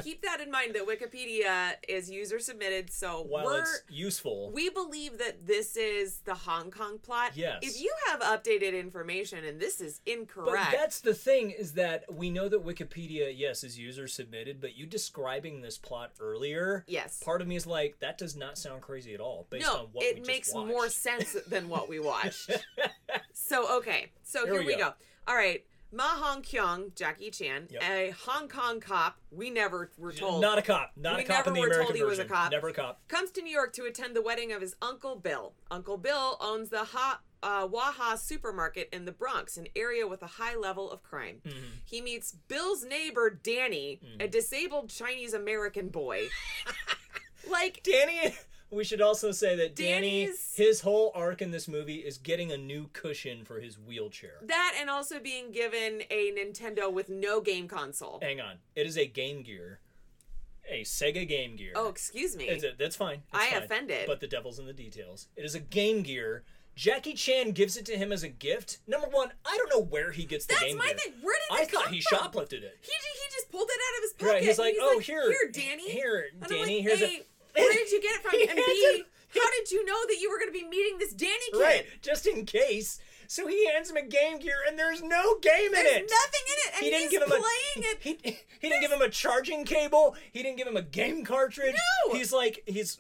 Speaker 2: keep that in mind that Wikipedia is user submitted, so
Speaker 1: while
Speaker 2: we're
Speaker 1: it's useful,
Speaker 2: we believe that this is the Hong Kong plot.
Speaker 1: Yes.
Speaker 2: If you have updated information and this is
Speaker 1: But
Speaker 2: incorrect,
Speaker 1: that's the thing is that we know that Wikipedia, yes, is user submitted, but you describing this plot earlier,
Speaker 2: Yes.
Speaker 1: part of me is like that does not sound crazy at all based on
Speaker 2: no,
Speaker 1: what we
Speaker 2: it
Speaker 1: just
Speaker 2: makes
Speaker 1: watched.
Speaker 2: more sense than what we watched. so okay, so
Speaker 1: Here
Speaker 2: here,
Speaker 1: we
Speaker 2: we
Speaker 1: go.
Speaker 2: go. All right, Ma Hong Kyung, Jackie Chan,
Speaker 1: Yep.
Speaker 2: a Hong Kong cop. We never were told.
Speaker 1: Not a cop, not
Speaker 2: We
Speaker 1: a cop in
Speaker 2: never
Speaker 1: the
Speaker 2: were
Speaker 1: American
Speaker 2: told he was a
Speaker 1: version.
Speaker 2: cop.
Speaker 1: Never a cop.
Speaker 2: comes to New York to attend the wedding of his uncle Bill. Uncle Bill owns the ha- uh, Waha supermarket in the Bronx, an area with a high level of crime.
Speaker 1: Mm-hmm.
Speaker 2: He meets Bill's neighbor Danny,
Speaker 1: Mm.
Speaker 2: a disabled Chinese American boy. like
Speaker 1: Danny. We should also say that Danny,
Speaker 2: Danny's-
Speaker 1: his whole arc in this movie is getting a new cushion for his wheelchair.
Speaker 2: that, and also being given a Nintendo with no game console.
Speaker 1: Hang on, it is a Game Gear, a Sega Game Gear.
Speaker 2: Oh, excuse me.
Speaker 1: Is it? That's fine. That's
Speaker 2: I
Speaker 1: fine.
Speaker 2: offended.
Speaker 1: But the devil's in the details. It is a Game Gear. Jackie Chan gives it to him as a gift. Number one, I don't know where he gets the
Speaker 2: That's
Speaker 1: Game
Speaker 2: my
Speaker 1: Gear.
Speaker 2: thing. Where did
Speaker 1: I
Speaker 2: that
Speaker 1: thought
Speaker 2: come
Speaker 1: he
Speaker 2: from?
Speaker 1: shoplifted it.
Speaker 2: He, ju- he just pulled it out of his pocket.
Speaker 1: Right? He's like,
Speaker 2: and
Speaker 1: oh,
Speaker 2: like,
Speaker 1: here,
Speaker 2: here, Danny,
Speaker 1: here,
Speaker 2: And I'm
Speaker 1: Danny,
Speaker 2: like,
Speaker 1: here's
Speaker 2: A, where did you get it from?
Speaker 1: He
Speaker 2: And
Speaker 1: hands
Speaker 2: B,
Speaker 1: it-
Speaker 2: how did you know that you were going to be meeting this Danny
Speaker 1: a
Speaker 2: kid?
Speaker 1: right, just in case. So he hands him a Game Gear, and there's no game
Speaker 2: There's
Speaker 1: in it.
Speaker 2: nothing in it, and
Speaker 1: he didn't
Speaker 2: he's
Speaker 1: give him
Speaker 2: playing
Speaker 1: a,
Speaker 2: it.
Speaker 1: He, he didn't give him a charging cable. He didn't give him a game cartridge.
Speaker 2: No!
Speaker 1: he's like he's.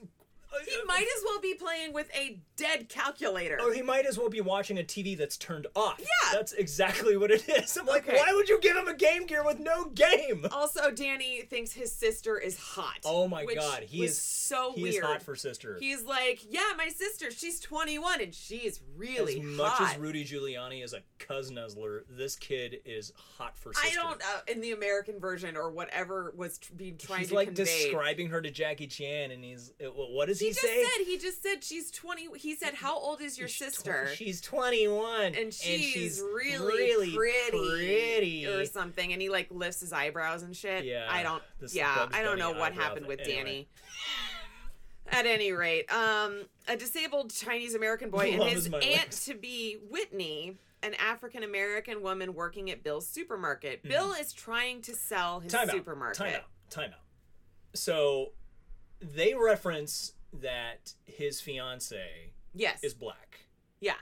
Speaker 1: uh,
Speaker 2: He might as well be playing with a dead calculator.
Speaker 1: Or Oh, he might as well be watching a TV that's turned off.
Speaker 2: Yeah.
Speaker 1: That's exactly what it is. I'm like,
Speaker 2: Okay. Oh,
Speaker 1: why would you give him a Game Gear with no game?
Speaker 2: Also, Danny thinks his sister is hot.
Speaker 1: Oh my
Speaker 2: which
Speaker 1: god, he
Speaker 2: was
Speaker 1: is
Speaker 2: so
Speaker 1: He
Speaker 2: weird.
Speaker 1: is hot for sister.
Speaker 2: He's like, yeah, my sister, she's 21 and she's really
Speaker 1: as much
Speaker 2: hot.
Speaker 1: as Rudy Giuliani is a cuz nuzzler, this kid is hot for
Speaker 2: I
Speaker 1: sister.
Speaker 2: don't uh, in the American version or whatever was tr- being trying
Speaker 1: He's
Speaker 2: to
Speaker 1: like
Speaker 2: convey.
Speaker 1: describing her to Jackie Chan, and he's uh, wh- what does
Speaker 2: he
Speaker 1: he,
Speaker 2: just
Speaker 1: say?
Speaker 2: said he just said she's 20. He said, how old is your
Speaker 1: She's
Speaker 2: sister?
Speaker 1: tw- she's twenty one,
Speaker 2: and she's, really, pretty,
Speaker 1: pretty.
Speaker 2: or something. And he like lifts his eyebrows and shit.
Speaker 1: Yeah,
Speaker 2: I don't.
Speaker 1: this
Speaker 2: Yeah,
Speaker 1: Bugs
Speaker 2: I don't
Speaker 1: Bunny
Speaker 2: know what
Speaker 1: eyebrow
Speaker 2: happened
Speaker 1: thing.
Speaker 2: with
Speaker 1: Anyway.
Speaker 2: Danny. At any rate, um, a disabled Chinese American boy and
Speaker 1: Love
Speaker 2: his
Speaker 1: is my
Speaker 2: aunt
Speaker 1: life.
Speaker 2: to be Whitney, an African American woman working at Bill's supermarket. Bill is trying to sell his
Speaker 1: Mm-hmm. Time out.
Speaker 2: supermarket.
Speaker 1: Time out. Time out. So they reference that his fiance
Speaker 2: Yes.
Speaker 1: is black.
Speaker 2: yeah.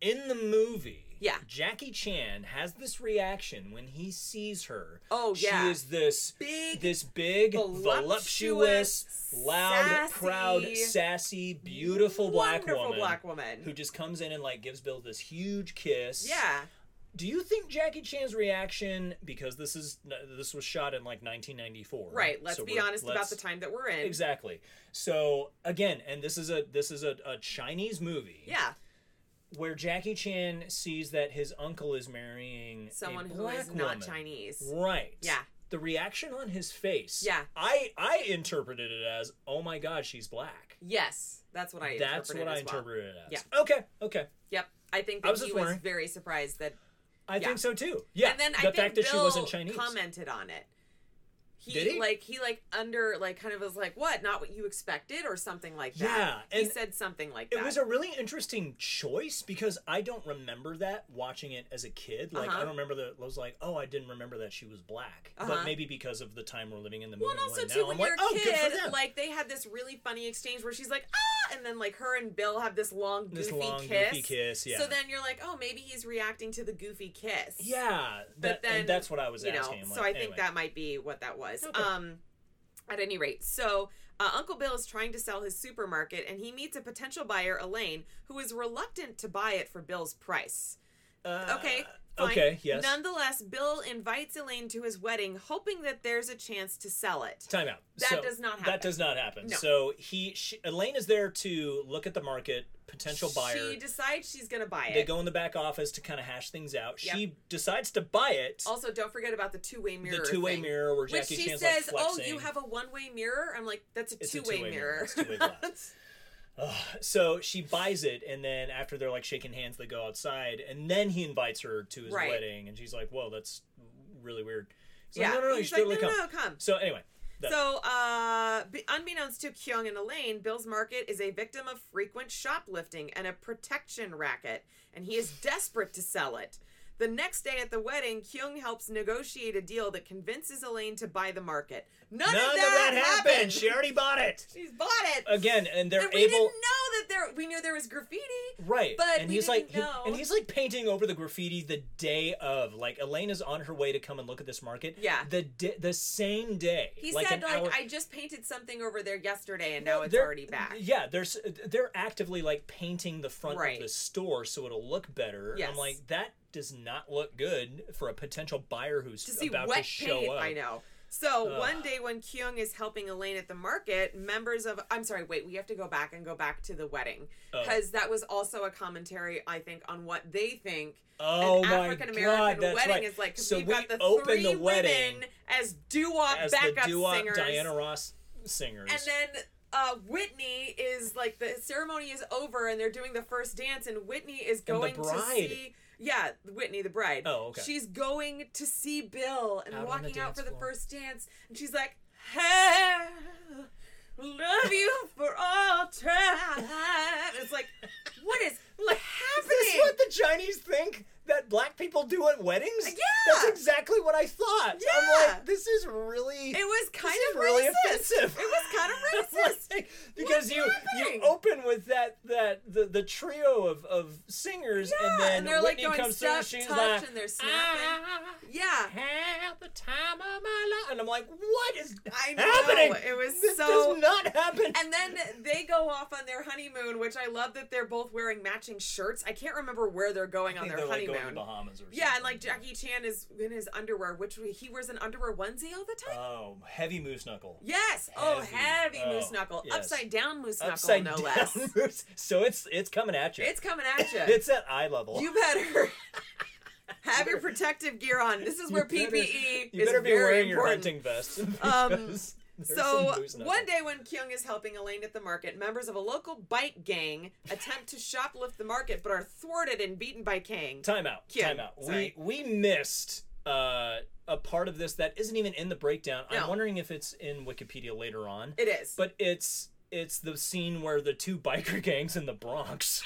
Speaker 1: In the movie,
Speaker 2: Yeah.
Speaker 1: Jackie Chan has this reaction when he sees her.
Speaker 2: Oh, yeah.
Speaker 1: She is this
Speaker 2: Big,
Speaker 1: this big,
Speaker 2: voluptuous,
Speaker 1: voluptuous, loud,
Speaker 2: sassy,
Speaker 1: proud, sassy, beautiful black
Speaker 2: wonderful
Speaker 1: woman
Speaker 2: black woman.
Speaker 1: who just comes in and like gives Bill this huge kiss.
Speaker 2: yeah.
Speaker 1: Do you think Jackie Chan's reaction because this is this was shot in like 1994?
Speaker 2: Right. Let's
Speaker 1: so
Speaker 2: be
Speaker 1: we're-
Speaker 2: honest about
Speaker 1: let's-
Speaker 2: the time that we're in.
Speaker 1: Exactly. So again, and this is a this is a, a Chinese movie.
Speaker 2: Yeah.
Speaker 1: Where Jackie Chan sees that his uncle is marrying a
Speaker 2: Someone who
Speaker 1: black
Speaker 2: is not
Speaker 1: woman.
Speaker 2: Chinese.
Speaker 1: Right.
Speaker 2: Yeah.
Speaker 1: The reaction on his face.
Speaker 2: Yeah.
Speaker 1: I I interpreted it as, oh my god, she's black.
Speaker 2: Yes, that's what I.
Speaker 1: That's
Speaker 2: interpreted
Speaker 1: what I
Speaker 2: as well.
Speaker 1: interpreted it as. Yeah. Okay. Okay.
Speaker 2: Yep, I think that
Speaker 1: I was
Speaker 2: he
Speaker 1: just
Speaker 2: was
Speaker 1: wondering.
Speaker 2: very surprised that.
Speaker 1: I
Speaker 2: Yeah.
Speaker 1: think so too. Yeah.
Speaker 2: and then
Speaker 1: the
Speaker 2: I think
Speaker 1: fact
Speaker 2: Bill
Speaker 1: that she wasn't Chinese.
Speaker 2: commented on it. He,
Speaker 1: Did he?
Speaker 2: like he like under like kind of was like what not what you expected or something like that.
Speaker 1: Yeah,
Speaker 2: he
Speaker 1: and
Speaker 2: said something like
Speaker 1: It
Speaker 2: that.
Speaker 1: was a really interesting choice because I don't remember that watching it as a kid. Like
Speaker 2: Uh-huh.
Speaker 1: I don't remember that. I was like, oh, I didn't remember that she was black.
Speaker 2: Uh-huh.
Speaker 1: But maybe because of the time we're living in the
Speaker 2: well,
Speaker 1: movie.
Speaker 2: and also
Speaker 1: now,
Speaker 2: too, when
Speaker 1: I'm
Speaker 2: you're
Speaker 1: like, oh,
Speaker 2: a
Speaker 1: good
Speaker 2: kid,
Speaker 1: for them.
Speaker 2: like they had this really funny exchange where she's like ah, and then like her and Bill have this long goofy
Speaker 1: this long
Speaker 2: kiss.
Speaker 1: goofy kiss. Yeah.
Speaker 2: So then you're like, oh, maybe he's reacting to the goofy kiss.
Speaker 1: yeah. That,
Speaker 2: then,
Speaker 1: and that's what I was
Speaker 2: you know,
Speaker 1: asking. I'm
Speaker 2: so I
Speaker 1: like,
Speaker 2: think
Speaker 1: anyway.
Speaker 2: that might be what that was.
Speaker 1: Okay.
Speaker 2: Um, at any rate, so uh, Uncle Bill is trying to sell his supermarket, and he meets a potential buyer, Elaine, who is reluctant to buy it for Bill's price.
Speaker 1: Uh,
Speaker 2: Okay. Fine.
Speaker 1: okay. Yes.
Speaker 2: Nonetheless, Bill invites Elaine to his wedding, hoping that there's a chance to sell it.
Speaker 1: Time out.
Speaker 2: That
Speaker 1: So,
Speaker 2: does not happen.
Speaker 1: That does not happen.
Speaker 2: No.
Speaker 1: So he, she, Elaine is there to look at the market, potential buyer.
Speaker 2: She decides she's going to buy it.
Speaker 1: they go in the back office to kind of hash things out.
Speaker 2: Yep.
Speaker 1: She decides to buy it.
Speaker 2: also, don't forget about the two-way mirror.
Speaker 1: the two-way
Speaker 2: thing.
Speaker 1: mirror where
Speaker 2: Which
Speaker 1: Jackie
Speaker 2: she
Speaker 1: Chan's
Speaker 2: says,
Speaker 1: like
Speaker 2: "Oh,
Speaker 1: flexing.
Speaker 2: you have a one-way mirror." I'm like, "That's a
Speaker 1: It's a
Speaker 2: two-way
Speaker 1: two-way mirror.
Speaker 2: mirror."
Speaker 1: It's two-way glass. So she buys it, and then after they're like shaking hands, they go outside, and then he invites her to his
Speaker 2: Right.
Speaker 1: wedding, and she's like, "Whoa, that's really weird." He's
Speaker 2: yeah.
Speaker 1: like, no, no, no, you
Speaker 2: He's
Speaker 1: should
Speaker 2: like,
Speaker 1: totally
Speaker 2: no,
Speaker 1: come.
Speaker 2: no, no, come.
Speaker 1: So anyway, that-
Speaker 2: So, uh, be- unbeknownst to Kyung and Elaine, Bill's market is a victim of frequent shoplifting and a protection racket, and he is desperate to sell it. The next day at the wedding, Kyung helps negotiate a deal that convinces Elaine to buy the market. None,
Speaker 1: none
Speaker 2: of that, happened.
Speaker 1: She already bought it
Speaker 2: She's bought it.
Speaker 1: again, and they're
Speaker 2: and we didn't
Speaker 1: able.
Speaker 2: know that there. We knew there was graffiti.
Speaker 1: Right,
Speaker 2: But
Speaker 1: and
Speaker 2: we
Speaker 1: he's like,
Speaker 2: didn't know.
Speaker 1: He, and he's like painting over the graffiti the day of. Like Elaine is on her way to come and look at this market.
Speaker 2: Yeah.
Speaker 1: the di- the same day.
Speaker 2: He
Speaker 1: like
Speaker 2: said,
Speaker 1: an
Speaker 2: like,
Speaker 1: hour-
Speaker 2: I just painted something over there yesterday, and now it's
Speaker 1: They're-
Speaker 2: already back.
Speaker 1: Yeah, there's they're actively like painting the front
Speaker 2: Right.
Speaker 1: of the store so it'll look better.
Speaker 2: Yes.
Speaker 1: I'm like that does not look good for a potential buyer who's
Speaker 2: to see
Speaker 1: about
Speaker 2: wet
Speaker 1: to show
Speaker 2: paint.
Speaker 1: up.
Speaker 2: I know. So
Speaker 1: Ugh.
Speaker 2: one day when Kyung is helping Elaine at the market, members of I'm sorry, wait, we have to go back and go back to the wedding
Speaker 1: Oh.
Speaker 2: because that was also a commentary I think on what they think
Speaker 1: Oh
Speaker 2: an
Speaker 1: my
Speaker 2: African
Speaker 1: God,
Speaker 2: American
Speaker 1: that's
Speaker 2: wedding
Speaker 1: right.
Speaker 2: is like. 'cause
Speaker 1: So
Speaker 2: we've
Speaker 1: we
Speaker 2: got the
Speaker 1: open
Speaker 2: three
Speaker 1: the wedding
Speaker 2: women as doo-wop
Speaker 1: as the
Speaker 2: backup
Speaker 1: doo-wop
Speaker 2: singers,
Speaker 1: Diana Ross singers.
Speaker 2: and then. Uh, Whitney is like the ceremony is over and they're doing the first dance and Whitney is
Speaker 1: the
Speaker 2: going to
Speaker 1: bride.
Speaker 2: see yeah Whitney the bride
Speaker 1: Oh, okay.
Speaker 2: she's going to see Bill and
Speaker 1: Out on the
Speaker 2: walking out
Speaker 1: dance
Speaker 2: for the
Speaker 1: floor.
Speaker 2: first dance and she's like hey love you for all time it's like what is what
Speaker 1: is this
Speaker 2: happening
Speaker 1: what the Chinese think that black people do at weddings?
Speaker 2: Yeah.
Speaker 1: that's exactly what I thought. I'm
Speaker 2: Yeah.
Speaker 1: like, this is really
Speaker 2: it was kind
Speaker 1: is
Speaker 2: of
Speaker 1: really
Speaker 2: racist.
Speaker 1: offensive.
Speaker 2: it was kind of racist
Speaker 1: Like, because
Speaker 2: What's
Speaker 1: you
Speaker 2: happening?
Speaker 1: you open with that that the, the trio of, of singers
Speaker 2: Yeah,
Speaker 1: and then
Speaker 2: and they're, like,
Speaker 1: Whitney
Speaker 2: going
Speaker 1: comes
Speaker 2: stop,
Speaker 1: through and she's
Speaker 2: touch,
Speaker 1: like
Speaker 2: and they're snapping.
Speaker 1: "Ah,
Speaker 2: yeah
Speaker 1: have the time of my life and I'm like what is
Speaker 2: I know
Speaker 1: happening
Speaker 2: it was
Speaker 1: this
Speaker 2: so
Speaker 1: does not happen
Speaker 2: And then they go off on their honeymoon, which I love that they're both wearing matching shirts. I can't remember where they're going on
Speaker 1: I think
Speaker 2: their
Speaker 1: they're like
Speaker 2: honeymoon.
Speaker 1: going to Bahamas or
Speaker 2: yeah, and
Speaker 1: something.
Speaker 2: like Jackie Chan is in his underwear, which we, he wears an underwear onesie all the time.
Speaker 1: oh heavy moose knuckle
Speaker 2: yes. Oh,
Speaker 1: Uh, heavy.
Speaker 2: heavy
Speaker 1: Oh,
Speaker 2: moose knuckle,
Speaker 1: Yes.
Speaker 2: upside down moose knuckle,
Speaker 1: Upside
Speaker 2: no
Speaker 1: down
Speaker 2: less.
Speaker 1: moves. So it's it's coming at you.
Speaker 2: It's coming at you.
Speaker 1: It's at eye level.
Speaker 2: you better have your protective gear on. This is where
Speaker 1: better-
Speaker 2: PPE
Speaker 1: You
Speaker 2: E is
Speaker 1: better be
Speaker 2: very
Speaker 1: wearing your
Speaker 2: important.
Speaker 1: hunting vest.
Speaker 2: Um,
Speaker 1: because there's some
Speaker 2: So
Speaker 1: moose knuckle.
Speaker 2: one day when Kyung is helping Elaine at the market, members of a local bike gang attempt to shoplift the market but are thwarted and beaten by Kang.
Speaker 1: Time out.
Speaker 2: Kim,
Speaker 1: Time out.
Speaker 2: sorry.
Speaker 1: We we missed uh, a part of this that isn't even in the breakdown.
Speaker 2: No.
Speaker 1: I'm wondering if it's in Wikipedia later on.
Speaker 2: It is.
Speaker 1: But it's it's the scene where the two biker gangs in the Bronx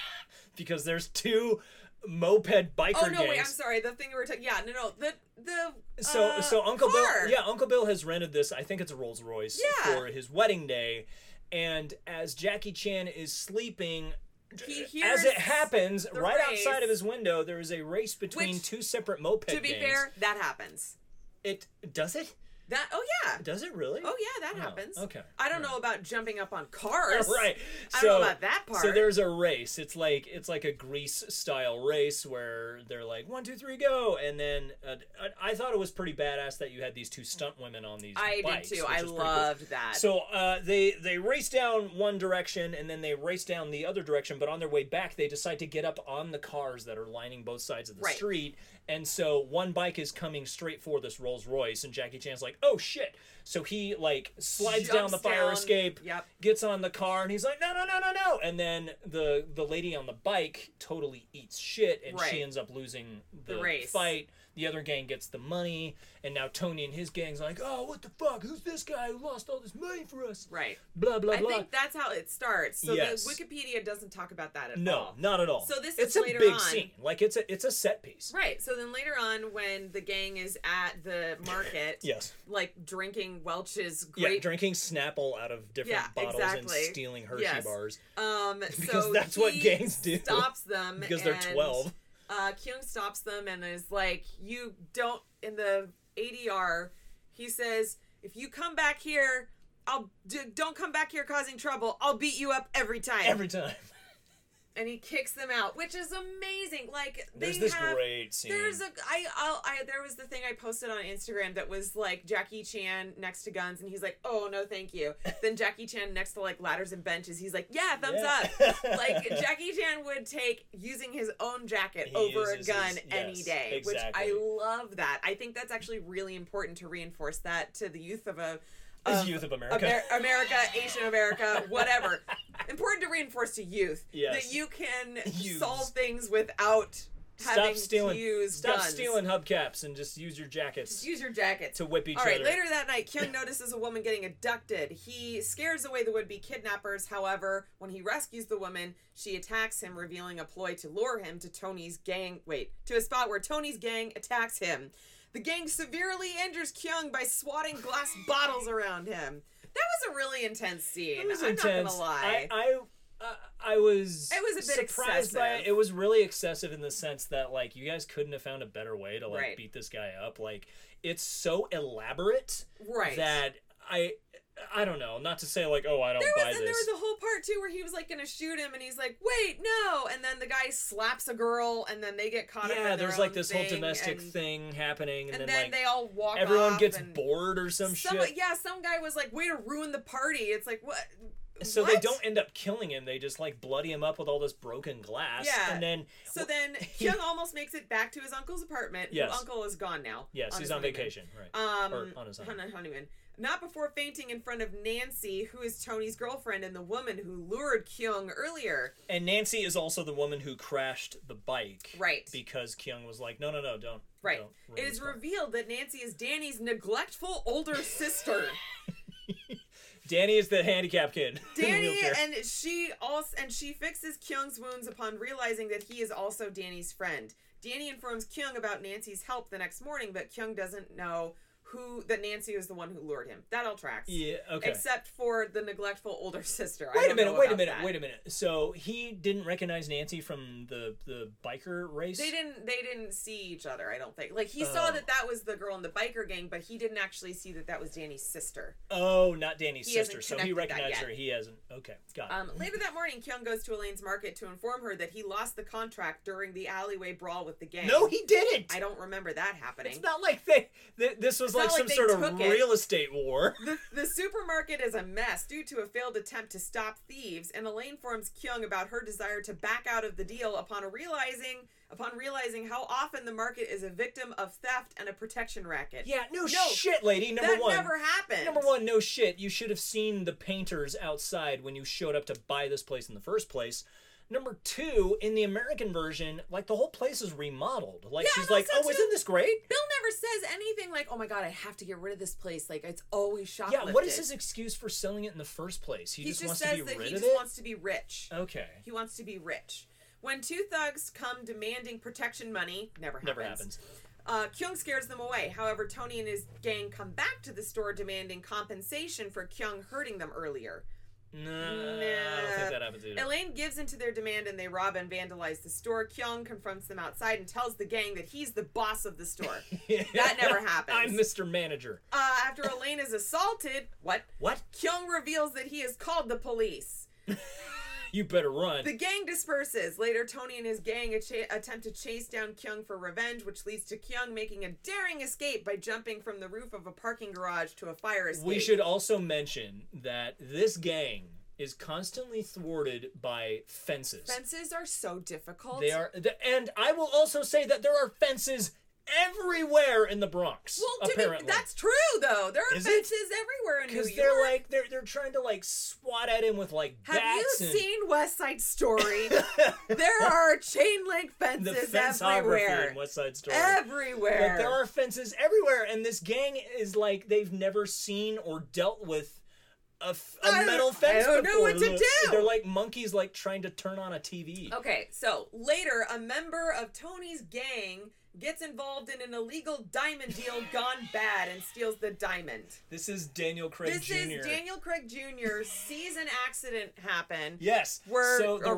Speaker 1: because there's two moped biker
Speaker 2: oh no,
Speaker 1: gangs.
Speaker 2: wait, I'm sorry. The thing we were talking Yeah, no no. The the
Speaker 1: So
Speaker 2: uh,
Speaker 1: so Uncle
Speaker 2: car.
Speaker 1: Bill yeah, Uncle Bill has rented this, I think it's a Rolls Royce
Speaker 2: Yeah.
Speaker 1: for his wedding day. And as Jackie Chan is sleeping
Speaker 2: He hears
Speaker 1: as it happens,
Speaker 2: the
Speaker 1: right
Speaker 2: race.
Speaker 1: outside of his window, there is a race between
Speaker 2: Which,
Speaker 1: two separate moped
Speaker 2: To be
Speaker 1: gangs.
Speaker 2: fair, that happens.
Speaker 1: It does it?
Speaker 2: That oh yeah.
Speaker 1: Does it really?
Speaker 2: Oh yeah, that
Speaker 1: Oh,
Speaker 2: happens.
Speaker 1: okay.
Speaker 2: I don't know about jumping up on cars.
Speaker 1: right.
Speaker 2: I
Speaker 1: so,
Speaker 2: don't know about that part.
Speaker 1: So there's a race. It's like it's like a Grease style race where they're like one, two, three, go, and then uh, I, I thought it was pretty badass that you had these two stunt women on these.
Speaker 2: I
Speaker 1: bikes,
Speaker 2: did too.
Speaker 1: which
Speaker 2: I
Speaker 1: was pretty cool.
Speaker 2: loved that.
Speaker 1: So uh, they they race down one direction and then they race down the other direction. But on their way back, they decide to get up on the cars that are lining both sides of the
Speaker 2: Right.
Speaker 1: street. And so one bike is coming straight for this Rolls Royce, and Jackie Chan's like, "Oh shit!" So he like slides down
Speaker 2: Jumps
Speaker 1: the fire
Speaker 2: down.
Speaker 1: escape,
Speaker 2: Yep.
Speaker 1: gets on the car, and he's like, "No, no, no, no, no!" And then the the lady on the bike totally eats shit, and
Speaker 2: Right.
Speaker 1: she ends up losing the,
Speaker 2: The race.
Speaker 1: fight. The other gang gets the money, and now Tony and his gang's like, "Oh, what the fuck? Who's this guy who lost all this money for us?"
Speaker 2: right.
Speaker 1: Blah blah
Speaker 2: I
Speaker 1: blah.
Speaker 2: think that's how it starts. So
Speaker 1: Yes.
Speaker 2: the Wikipedia doesn't talk about that at
Speaker 1: no,
Speaker 2: all.
Speaker 1: not at all.
Speaker 2: So this
Speaker 1: it's
Speaker 2: is later
Speaker 1: a big
Speaker 2: on.
Speaker 1: scene. Like it's a it's a set piece.
Speaker 2: Right. So then later on, when the gang is at the market,
Speaker 1: Yes.
Speaker 2: like drinking Welch's
Speaker 1: Yeah,
Speaker 2: grape.
Speaker 1: drinking Snapple out of different
Speaker 2: Yeah,
Speaker 1: bottles and
Speaker 2: exactly.
Speaker 1: stealing Hershey
Speaker 2: Yes.
Speaker 1: bars
Speaker 2: um,
Speaker 1: Because
Speaker 2: so
Speaker 1: that's what
Speaker 2: he
Speaker 1: gangs do.
Speaker 2: Stops them
Speaker 1: because
Speaker 2: and,
Speaker 1: they're twelve.
Speaker 2: Uh, Kyung stops them and is like, "You don't." In the ADR, he says, "If you come back here, I'll d- don't come back here causing trouble. I'll beat you up every time."
Speaker 1: Every time
Speaker 2: and he kicks them out, which is amazing. Like
Speaker 1: there's
Speaker 2: they
Speaker 1: this
Speaker 2: have
Speaker 1: great scene.
Speaker 2: There's a I I'll, I there was the thing I posted on Instagram that was like Jackie Chan next to guns and he's like oh no thank you then Jackie Chan next to like ladders and benches he's like yeah thumbs
Speaker 1: Yeah.
Speaker 2: up like Jackie Chan would take using his own jacket
Speaker 1: He
Speaker 2: over a
Speaker 1: uses
Speaker 2: gun
Speaker 1: his-
Speaker 2: any
Speaker 1: yes,
Speaker 2: day
Speaker 1: exactly.
Speaker 2: which I love that I think that's actually really important to reinforce that to the youth of a
Speaker 1: This
Speaker 2: of
Speaker 1: youth of America.
Speaker 2: Amer- America, Asian America, whatever. Important to reinforce to youth
Speaker 1: Yes.
Speaker 2: that you can
Speaker 1: Use.
Speaker 2: solve things without having
Speaker 1: stop stealing.
Speaker 2: to use
Speaker 1: stop
Speaker 2: guns.
Speaker 1: stealing hubcaps and just use your jackets
Speaker 2: Use your jackets.
Speaker 1: to whip each
Speaker 2: All right,
Speaker 1: other.
Speaker 2: later that night, Kyung notices a woman getting abducted. He scares away the would be kidnappers. However, when he rescues the woman, she attacks him, revealing a ploy to lure him to Tony's gang. Wait, to a spot where Tony's gang attacks him. The gang severely injures Kyung by swatting glass bottles around him. That was a really intense scene.
Speaker 1: It was
Speaker 2: I'm
Speaker 1: intense.
Speaker 2: not gonna lie.
Speaker 1: I, I, uh, I was.
Speaker 2: It was a bit
Speaker 1: surprised by it.
Speaker 2: excessive.
Speaker 1: It was really excessive in the sense that like you guys couldn't have found a better way to like
Speaker 2: Right.
Speaker 1: beat this guy up. Like it's so elaborate
Speaker 2: right.
Speaker 1: that I, I don't know. Not to say like oh I don't
Speaker 2: There
Speaker 1: buy
Speaker 2: was, and there
Speaker 1: this.
Speaker 2: was a whole part too where he was like gonna shoot him, and he's like, "Wait, no!" And then the guy slaps a girl, and then they get caught. up in
Speaker 1: yeah,
Speaker 2: their
Speaker 1: there's like
Speaker 2: own
Speaker 1: this
Speaker 2: thing,
Speaker 1: whole domestic
Speaker 2: and,
Speaker 1: thing happening, and,
Speaker 2: And,
Speaker 1: then,
Speaker 2: then
Speaker 1: like
Speaker 2: they all walk.
Speaker 1: everyone
Speaker 2: off
Speaker 1: gets
Speaker 2: and
Speaker 1: bored or some
Speaker 2: some-
Speaker 1: shit.
Speaker 2: Yeah, some guy was like, "Way to ruin the party!" It's like what?
Speaker 1: So they
Speaker 2: what?
Speaker 1: don't end up killing him. They just like bloody him up with all this broken glass.
Speaker 2: Yeah.
Speaker 1: And then
Speaker 2: So then Kyung almost makes it back to his uncle's apartment.
Speaker 1: Yes.
Speaker 2: Who uncle is gone now.
Speaker 1: yes,
Speaker 2: his
Speaker 1: he's on
Speaker 2: honeymoon.
Speaker 1: vacation. Right.
Speaker 2: Um,
Speaker 1: Or on his honeymoon.
Speaker 2: hon- honeymoon. Not before fainting in front of Nancy, who is Tony's girlfriend and the woman who lured Kyung earlier.
Speaker 1: And Nancy is also the woman who crashed the bike.
Speaker 2: Right.
Speaker 1: Because Kyung was like, no, no, no, don't.
Speaker 2: Right.
Speaker 1: don't ruin
Speaker 2: It
Speaker 1: this
Speaker 2: is
Speaker 1: car."
Speaker 2: revealed that Nancy is Danny's neglectful older sister.
Speaker 1: Danny is the handicap kid. in the
Speaker 2: Danny
Speaker 1: wheelchair.
Speaker 2: and she also and she fixes Kyung's wounds upon realizing that he is also Danny's friend. Danny informs Kyung about Nancy's help the next morning, but Kyung doesn't know who that Nancy was the one who lured him. That all tracks.
Speaker 1: Yeah, okay.
Speaker 2: Except for the neglectful older sister. I
Speaker 1: Wait a
Speaker 2: don't
Speaker 1: minute,
Speaker 2: know
Speaker 1: wait a
Speaker 2: about
Speaker 1: minute,
Speaker 2: that.
Speaker 1: wait a minute. So he didn't recognize Nancy from the the biker race?
Speaker 2: They didn't. They didn't see each other. I don't think. Like he saw
Speaker 1: Oh.
Speaker 2: that that was the girl in the biker gang, but he didn't actually see that that was Danny's sister.
Speaker 1: Oh, not Danny's
Speaker 2: He hasn't
Speaker 1: sister. So he
Speaker 2: connected that
Speaker 1: recognized
Speaker 2: yet.
Speaker 1: her. He hasn't. Okay, got it.
Speaker 2: Um, later that morning, Kyung goes to Elaine's market to inform her that he lost the contract during the alleyway brawl with the gang.
Speaker 1: no, he didn't.
Speaker 2: I don't remember that happening.
Speaker 1: It's not like they. Th- this was like
Speaker 2: not like
Speaker 1: some
Speaker 2: they
Speaker 1: sort of
Speaker 2: took it.
Speaker 1: real estate war.
Speaker 2: The, the supermarket is a mess due to a failed attempt to stop thieves, and Elaine forms Kyung about her desire to back out of the deal upon a realizing upon realizing how often the market is a victim of theft and a protection racket.
Speaker 1: Yeah, no,
Speaker 2: No,
Speaker 1: shit, lady. Number
Speaker 2: that
Speaker 1: one.
Speaker 2: never happened.
Speaker 1: Number one, no shit. You should have seen the painters outside when you showed up to buy this place in the first place. Number two, in the American version, like the whole place is remodeled. Like
Speaker 2: Yeah,
Speaker 1: she's
Speaker 2: and
Speaker 1: like, "Oh,
Speaker 2: also, too,
Speaker 1: isn't this great?"
Speaker 2: Bill never says anything like, "Oh my god, I have to get rid of this place." Like it's always
Speaker 1: Yeah.
Speaker 2: shoplifted.
Speaker 1: What is his excuse for selling it in the first place? He,
Speaker 2: He
Speaker 1: just,
Speaker 2: just,
Speaker 1: wants to
Speaker 2: says
Speaker 1: be
Speaker 2: that
Speaker 1: rid
Speaker 2: he
Speaker 1: of
Speaker 2: just
Speaker 1: it.
Speaker 2: wants to be rich.
Speaker 1: okay.
Speaker 2: He wants to be rich. When two thugs come demanding protection money, never happens.
Speaker 1: Never happens.
Speaker 2: Uh, Kyung scares them away. However, Tony and his gang come back to the store demanding compensation for Kyung hurting them earlier.
Speaker 1: No, Uh, I don't think that happens either.
Speaker 2: Elaine gives into their demand and they rob and vandalize the store. Kyung confronts them outside and tells the gang that he's the boss of the store. that never happens.
Speaker 1: I'm Mr. Manager.
Speaker 2: uh, after Elaine is assaulted, what?
Speaker 1: What?
Speaker 2: Kyung reveals that he has called the police.
Speaker 1: You better run.
Speaker 2: The gang disperses. Later, Tony and his gang acha- attempt to chase down Kyung for revenge, which leads to Kyung making a daring escape by jumping from the roof of a parking garage to a fire escape.
Speaker 1: We should also mention that this gang is constantly thwarted by fences.
Speaker 2: Fences are so difficult.
Speaker 1: They are, th- and I will also say that there are fences everywhere in the Bronx.
Speaker 2: Well, to be,
Speaker 1: apparently,
Speaker 2: that's true though. There are
Speaker 1: Is it?
Speaker 2: fences everywhere in New
Speaker 1: because
Speaker 2: York.
Speaker 1: they're like they're they're trying to like swat at him with like
Speaker 2: Have
Speaker 1: bats
Speaker 2: you
Speaker 1: and
Speaker 2: seen West Side Story? there are chain link
Speaker 1: the
Speaker 2: fences
Speaker 1: fenceography
Speaker 2: everywhere.
Speaker 1: in West Side Story.
Speaker 2: Everywhere.
Speaker 1: Like, there are fences everywhere, and this gang is like they've never seen or dealt with a, f- a
Speaker 2: I don't-
Speaker 1: metal
Speaker 2: I
Speaker 1: fence.
Speaker 2: don't know
Speaker 1: before.
Speaker 2: what to
Speaker 1: They're-
Speaker 2: do. Oh.
Speaker 1: They're like monkeys, like trying to turn on a TV.
Speaker 2: Okay, so later, a member of Tony's gang gets involved in an illegal diamond deal gone bad and steals the diamond.
Speaker 1: This is Daniel Craig
Speaker 2: this
Speaker 1: Jr.
Speaker 2: is Daniel Craig Jr. sees an accident happen.
Speaker 1: Yes.
Speaker 2: Where
Speaker 1: so the
Speaker 2: a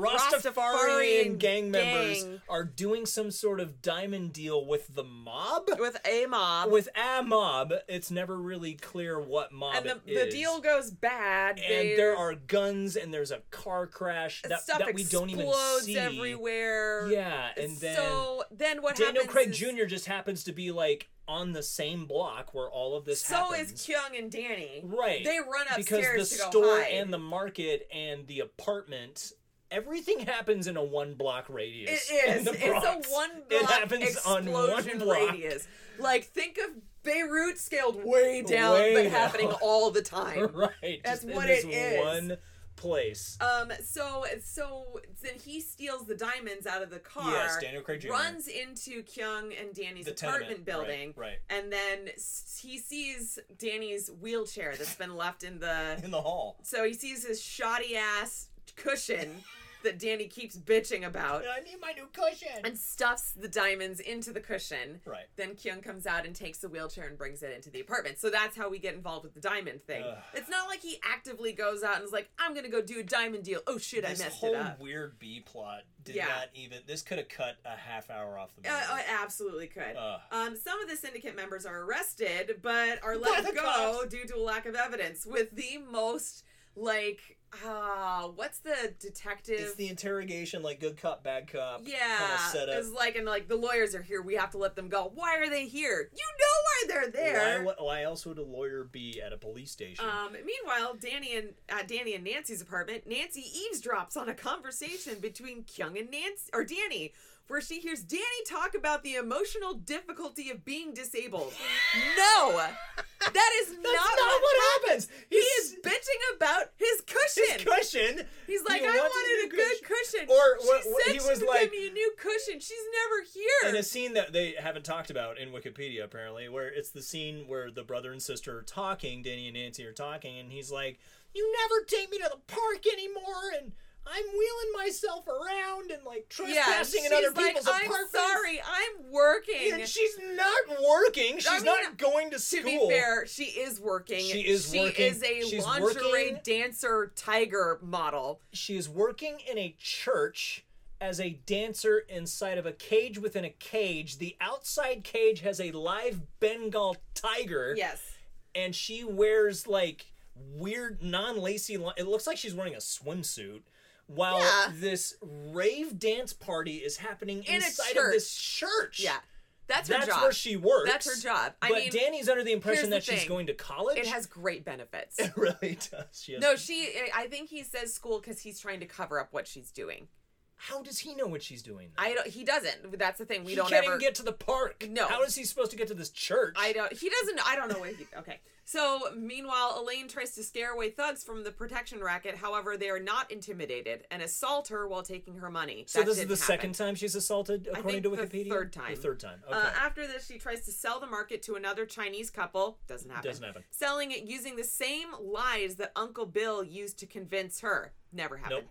Speaker 1: Rastafarian
Speaker 2: Rastafarian
Speaker 1: gang members
Speaker 2: gang-
Speaker 1: are doing some sort of diamond deal with the mob.
Speaker 2: With a mob.
Speaker 1: With a mob, it's never really clear what mob
Speaker 2: and the,
Speaker 1: it
Speaker 2: the
Speaker 1: is.
Speaker 2: deal goes bad.
Speaker 1: and there are guns and there's a car crash that,
Speaker 2: stuff
Speaker 1: that we don't
Speaker 2: explodes
Speaker 1: even see.
Speaker 2: everywhere.
Speaker 1: Yeah, and then
Speaker 2: so then what
Speaker 1: Daniel
Speaker 2: happens?
Speaker 1: Craig
Speaker 2: is-
Speaker 1: Jr. just happens to be like on the same block where all of this
Speaker 2: So
Speaker 1: happens.
Speaker 2: is Kyung and Danny.
Speaker 1: Right.
Speaker 2: They run
Speaker 1: because
Speaker 2: upstairs
Speaker 1: the
Speaker 2: to go
Speaker 1: store
Speaker 2: hide.
Speaker 1: and the market and the apartment everything happens in a one block radius
Speaker 2: It
Speaker 1: in
Speaker 2: is.
Speaker 1: the Bronx.
Speaker 2: It's a one block
Speaker 1: it happens
Speaker 2: explosion
Speaker 1: on one block
Speaker 2: radius. Like think of Beirut scaled way down,
Speaker 1: Way
Speaker 2: but
Speaker 1: down.
Speaker 2: happening all the time.
Speaker 1: right
Speaker 2: That's
Speaker 1: just in
Speaker 2: what
Speaker 1: this
Speaker 2: it is.
Speaker 1: one place
Speaker 2: Um. So so then he steals the diamonds out of the car.
Speaker 1: Yes, Daniel Craig Jr..
Speaker 2: runs into Kyung and Danny's
Speaker 1: The tenement,
Speaker 2: apartment building.
Speaker 1: right, right.
Speaker 2: And then s- he sees Danny's wheelchair that's been left in the.
Speaker 1: in the hall
Speaker 2: So he sees his shoddy ass cushion that Danny keeps bitching about.
Speaker 1: i need my new cushion
Speaker 2: and stuffs the diamonds into the cushion.
Speaker 1: Right.
Speaker 2: Then Kyung comes out and takes the wheelchair and brings it into the apartment. So that's how we get involved with the diamond thing.
Speaker 1: Ugh.
Speaker 2: It's not like he actively goes out and is like, I'm gonna go do a diamond deal. Oh shit,
Speaker 1: this
Speaker 2: I messed
Speaker 1: whole
Speaker 2: it up.
Speaker 1: weird b plot did
Speaker 2: Yeah.
Speaker 1: not even this could have cut a half hour off the movie.
Speaker 2: Uh, I absolutely could.
Speaker 1: Ugh.
Speaker 2: Um, some of the syndicate members are arrested, but are
Speaker 1: By
Speaker 2: let
Speaker 1: the
Speaker 2: go
Speaker 1: cops.
Speaker 2: due to a lack of evidence. With the most like, uh, what's the detective?
Speaker 1: it's the interrogation like good cop bad cop kind
Speaker 2: Yeah,
Speaker 1: of setup
Speaker 2: it's like and like the lawyers are here. We have to let them go. Why are they here? You know why they're there.
Speaker 1: Why, wa- why else would a lawyer be at a police station?
Speaker 2: Um, meanwhile, Danny and uh, Danny and Nancy's apartment, Nancy eavesdrops on a conversation between Kyung and Nancy or Danny, where she hears Danny talk about the emotional difficulty of being disabled. no, that is not,
Speaker 1: That's not,
Speaker 2: what,
Speaker 1: what happens.
Speaker 2: he is bitching about his cushion.
Speaker 1: his cushion.
Speaker 2: He's like,
Speaker 1: He
Speaker 2: I
Speaker 1: wants
Speaker 2: wanted a
Speaker 1: new
Speaker 2: good
Speaker 1: cushion."
Speaker 2: cushion.
Speaker 1: Or
Speaker 2: she
Speaker 1: what-
Speaker 2: said
Speaker 1: what he
Speaker 2: she
Speaker 1: was
Speaker 2: would
Speaker 1: like-
Speaker 2: give me a new cushion. She's never here.
Speaker 1: And a scene that they haven't talked about in Wikipedia apparently, where it's the scene where the brother and sister are talking, Danny and Nancy are talking, and he's like, "You never take me to the park anymore," and I'm wheeling myself around and like trespassing in
Speaker 2: she's
Speaker 1: other
Speaker 2: like,
Speaker 1: people's
Speaker 2: I'm
Speaker 1: apartments.
Speaker 2: sorry, I'm working.
Speaker 1: And she's not working. She's
Speaker 2: mean,
Speaker 1: not going to school.
Speaker 2: To be fair, she is working.
Speaker 1: She is working.
Speaker 2: is a
Speaker 1: She's
Speaker 2: lingerie
Speaker 1: working.
Speaker 2: dancer tiger model.
Speaker 1: She is working in a church as a dancer inside of a cage within a cage. The outside cage has a live Bengal tiger,
Speaker 2: Yes.
Speaker 1: and she wears like weird non-lacy. Li- it looks like she's wearing a swimsuit. While
Speaker 2: Yeah.
Speaker 1: this rave dance party is happening
Speaker 2: In a
Speaker 1: inside of this church.
Speaker 2: Yeah. That's her
Speaker 1: That's
Speaker 2: job.
Speaker 1: where she works.
Speaker 2: That's her job. I
Speaker 1: but
Speaker 2: mean,
Speaker 1: Danny's under the impression
Speaker 2: the
Speaker 1: that she's
Speaker 2: thing.
Speaker 1: going to college.
Speaker 2: it has great benefits.
Speaker 1: It really does. She has-
Speaker 2: no, she. I think he says school because he's trying to cover up what she's doing.
Speaker 1: How does he know what she's doing?
Speaker 2: I don't. He doesn't. That's the thing. We
Speaker 1: he
Speaker 2: don't
Speaker 1: can't
Speaker 2: ever
Speaker 1: even get to the park.
Speaker 2: No.
Speaker 1: How is he supposed to get to this church?
Speaker 2: I don't. He doesn't. I don't know what he. Okay. So meanwhile, Elaine tries to scare away thugs from the protection racket. However, they are not intimidated and assault her while taking her money.
Speaker 1: So
Speaker 2: That
Speaker 1: this is
Speaker 2: didn't
Speaker 1: the
Speaker 2: happen.
Speaker 1: second time she's assaulted, according
Speaker 2: think
Speaker 1: to
Speaker 2: the
Speaker 1: Wikipedia.
Speaker 2: third time.
Speaker 1: The third time. Okay.
Speaker 2: Uh, after this, she tries to sell the market to another Chinese couple. Doesn't happen.
Speaker 1: Doesn't happen.
Speaker 2: Selling it using the same lies that Uncle Bill used to convince her. Never happened.
Speaker 1: Nope.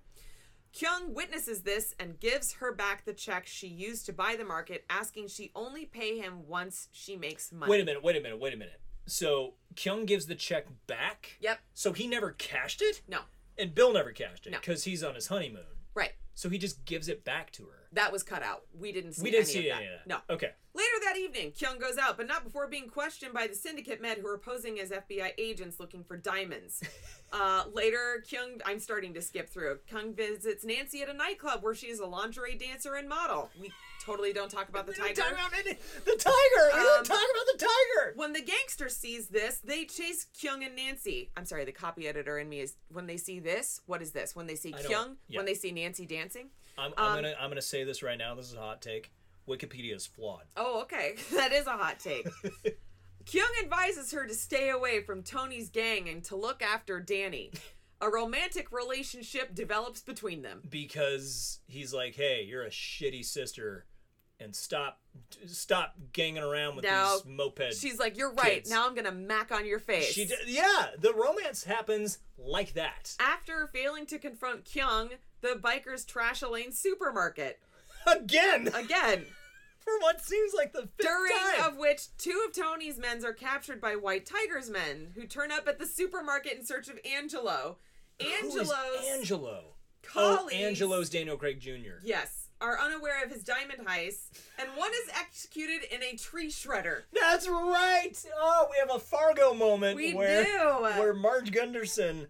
Speaker 2: Kyung witnesses this and gives her back the check she used to buy the market, asking she only pay him once she makes money.
Speaker 1: wait a minute. Wait a minute. Wait a minute. So Kyung gives the check back.
Speaker 2: Yep.
Speaker 1: So he never cashed it,
Speaker 2: No.
Speaker 1: and Bill never cashed it
Speaker 2: No.
Speaker 1: because he's on his honeymoon.
Speaker 2: Right.
Speaker 1: So he just gives it back to her.
Speaker 2: That was cut out. We didn't see
Speaker 1: We didn't
Speaker 2: any
Speaker 1: see
Speaker 2: of
Speaker 1: any
Speaker 2: that.
Speaker 1: of that.
Speaker 2: No.
Speaker 1: Okay.
Speaker 2: Later that evening, Kyung goes out, but not before being questioned by the syndicate men who are posing as FBI agents looking for diamonds. uh, later, Kyung, I'm starting to skip through. Kyung visits Nancy at a nightclub where she is a lingerie dancer and model. We totally don't talk about the
Speaker 1: We
Speaker 2: tiger.
Speaker 1: don't talk about any- the tiger. We
Speaker 2: Um,
Speaker 1: don't talk about the tiger.
Speaker 2: When the gangster sees this, they chase Kyung and Nancy. I'm sorry, the copy editor in me is when they see this, what is this? When they see
Speaker 1: I don't-
Speaker 2: Kyung,
Speaker 1: yeah.
Speaker 2: when they see Nancy dancing?
Speaker 1: I'm,
Speaker 2: um,
Speaker 1: I'm gonna I'm gonna say this right now. This is a hot take. Wikipedia is flawed.
Speaker 2: Oh, okay. That is a hot take. Kyung advises her to stay away from Tony's gang and to look after Danny. A romantic relationship develops between them.
Speaker 1: because he's like, "Hey, you're a shitty sister, and stop, stop ganging around with
Speaker 2: Now,
Speaker 1: these moped."
Speaker 2: She's like, "You're right.
Speaker 1: Kids.
Speaker 2: Now I'm gonna mac on your face."
Speaker 1: she, d- yeah, the romance happens like that.
Speaker 2: After failing to confront Kyung, the bikers trash Elaine's supermarket
Speaker 1: Again,
Speaker 2: again.
Speaker 1: for what seems like the fifth
Speaker 2: During
Speaker 1: time.
Speaker 2: of which two of Tony's men are captured by White Tiger's men, who turn up at the supermarket in search of Angelo.
Speaker 1: Who is
Speaker 2: Angelo's
Speaker 1: Angelo? Oh,
Speaker 2: colleagues.
Speaker 1: Angelo's Daniel Craig Jr.
Speaker 2: Yes, are unaware of his diamond heist, and one is executed in a tree shredder.
Speaker 1: That's right. Oh, we have a Fargo moment
Speaker 2: We
Speaker 1: where
Speaker 2: do.
Speaker 1: where Marge Gunderson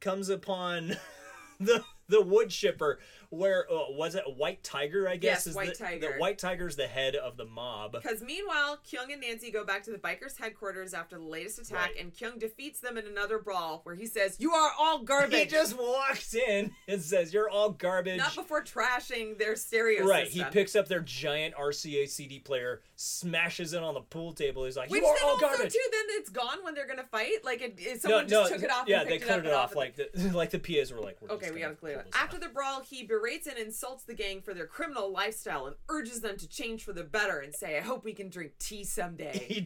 Speaker 1: comes upon the the wood chipper. Where uh, was it? White Tiger, I guess.
Speaker 2: Yes, White
Speaker 1: the,
Speaker 2: Tiger.
Speaker 1: The White Tiger's the head of the mob.
Speaker 2: Because meanwhile, Kyung and Nancy go back to the bikers' headquarters after the latest attack,
Speaker 1: Right.
Speaker 2: and Kyung defeats them in another brawl where he says, You are all
Speaker 1: He
Speaker 2: garbage.
Speaker 1: just walks in and says, "You're all garbage."
Speaker 2: Not before trashing their stereo
Speaker 1: Right,
Speaker 2: system.
Speaker 1: he picks up their giant RCA CD player, smashes it on the pool table. He's like,
Speaker 2: Which
Speaker 1: "You are
Speaker 2: then
Speaker 1: all
Speaker 2: also,
Speaker 1: garbage."
Speaker 2: too, then it's gone when they're going to fight. Like, it, it-
Speaker 1: no,
Speaker 2: someone
Speaker 1: no,
Speaker 2: just took it off.
Speaker 1: yeah,
Speaker 2: and
Speaker 1: they
Speaker 2: picked
Speaker 1: cut
Speaker 2: up
Speaker 1: it,
Speaker 2: and
Speaker 1: off
Speaker 2: and-
Speaker 1: like the like the PAs were like, We're
Speaker 2: Okay,
Speaker 1: just
Speaker 2: we
Speaker 1: gonna
Speaker 2: gotta clear
Speaker 1: pull
Speaker 2: that.
Speaker 1: this off.
Speaker 2: After the brawl, he berates and insults the gang for their criminal lifestyle and urges them to change for the better and say, I hope we can drink tea someday.
Speaker 1: He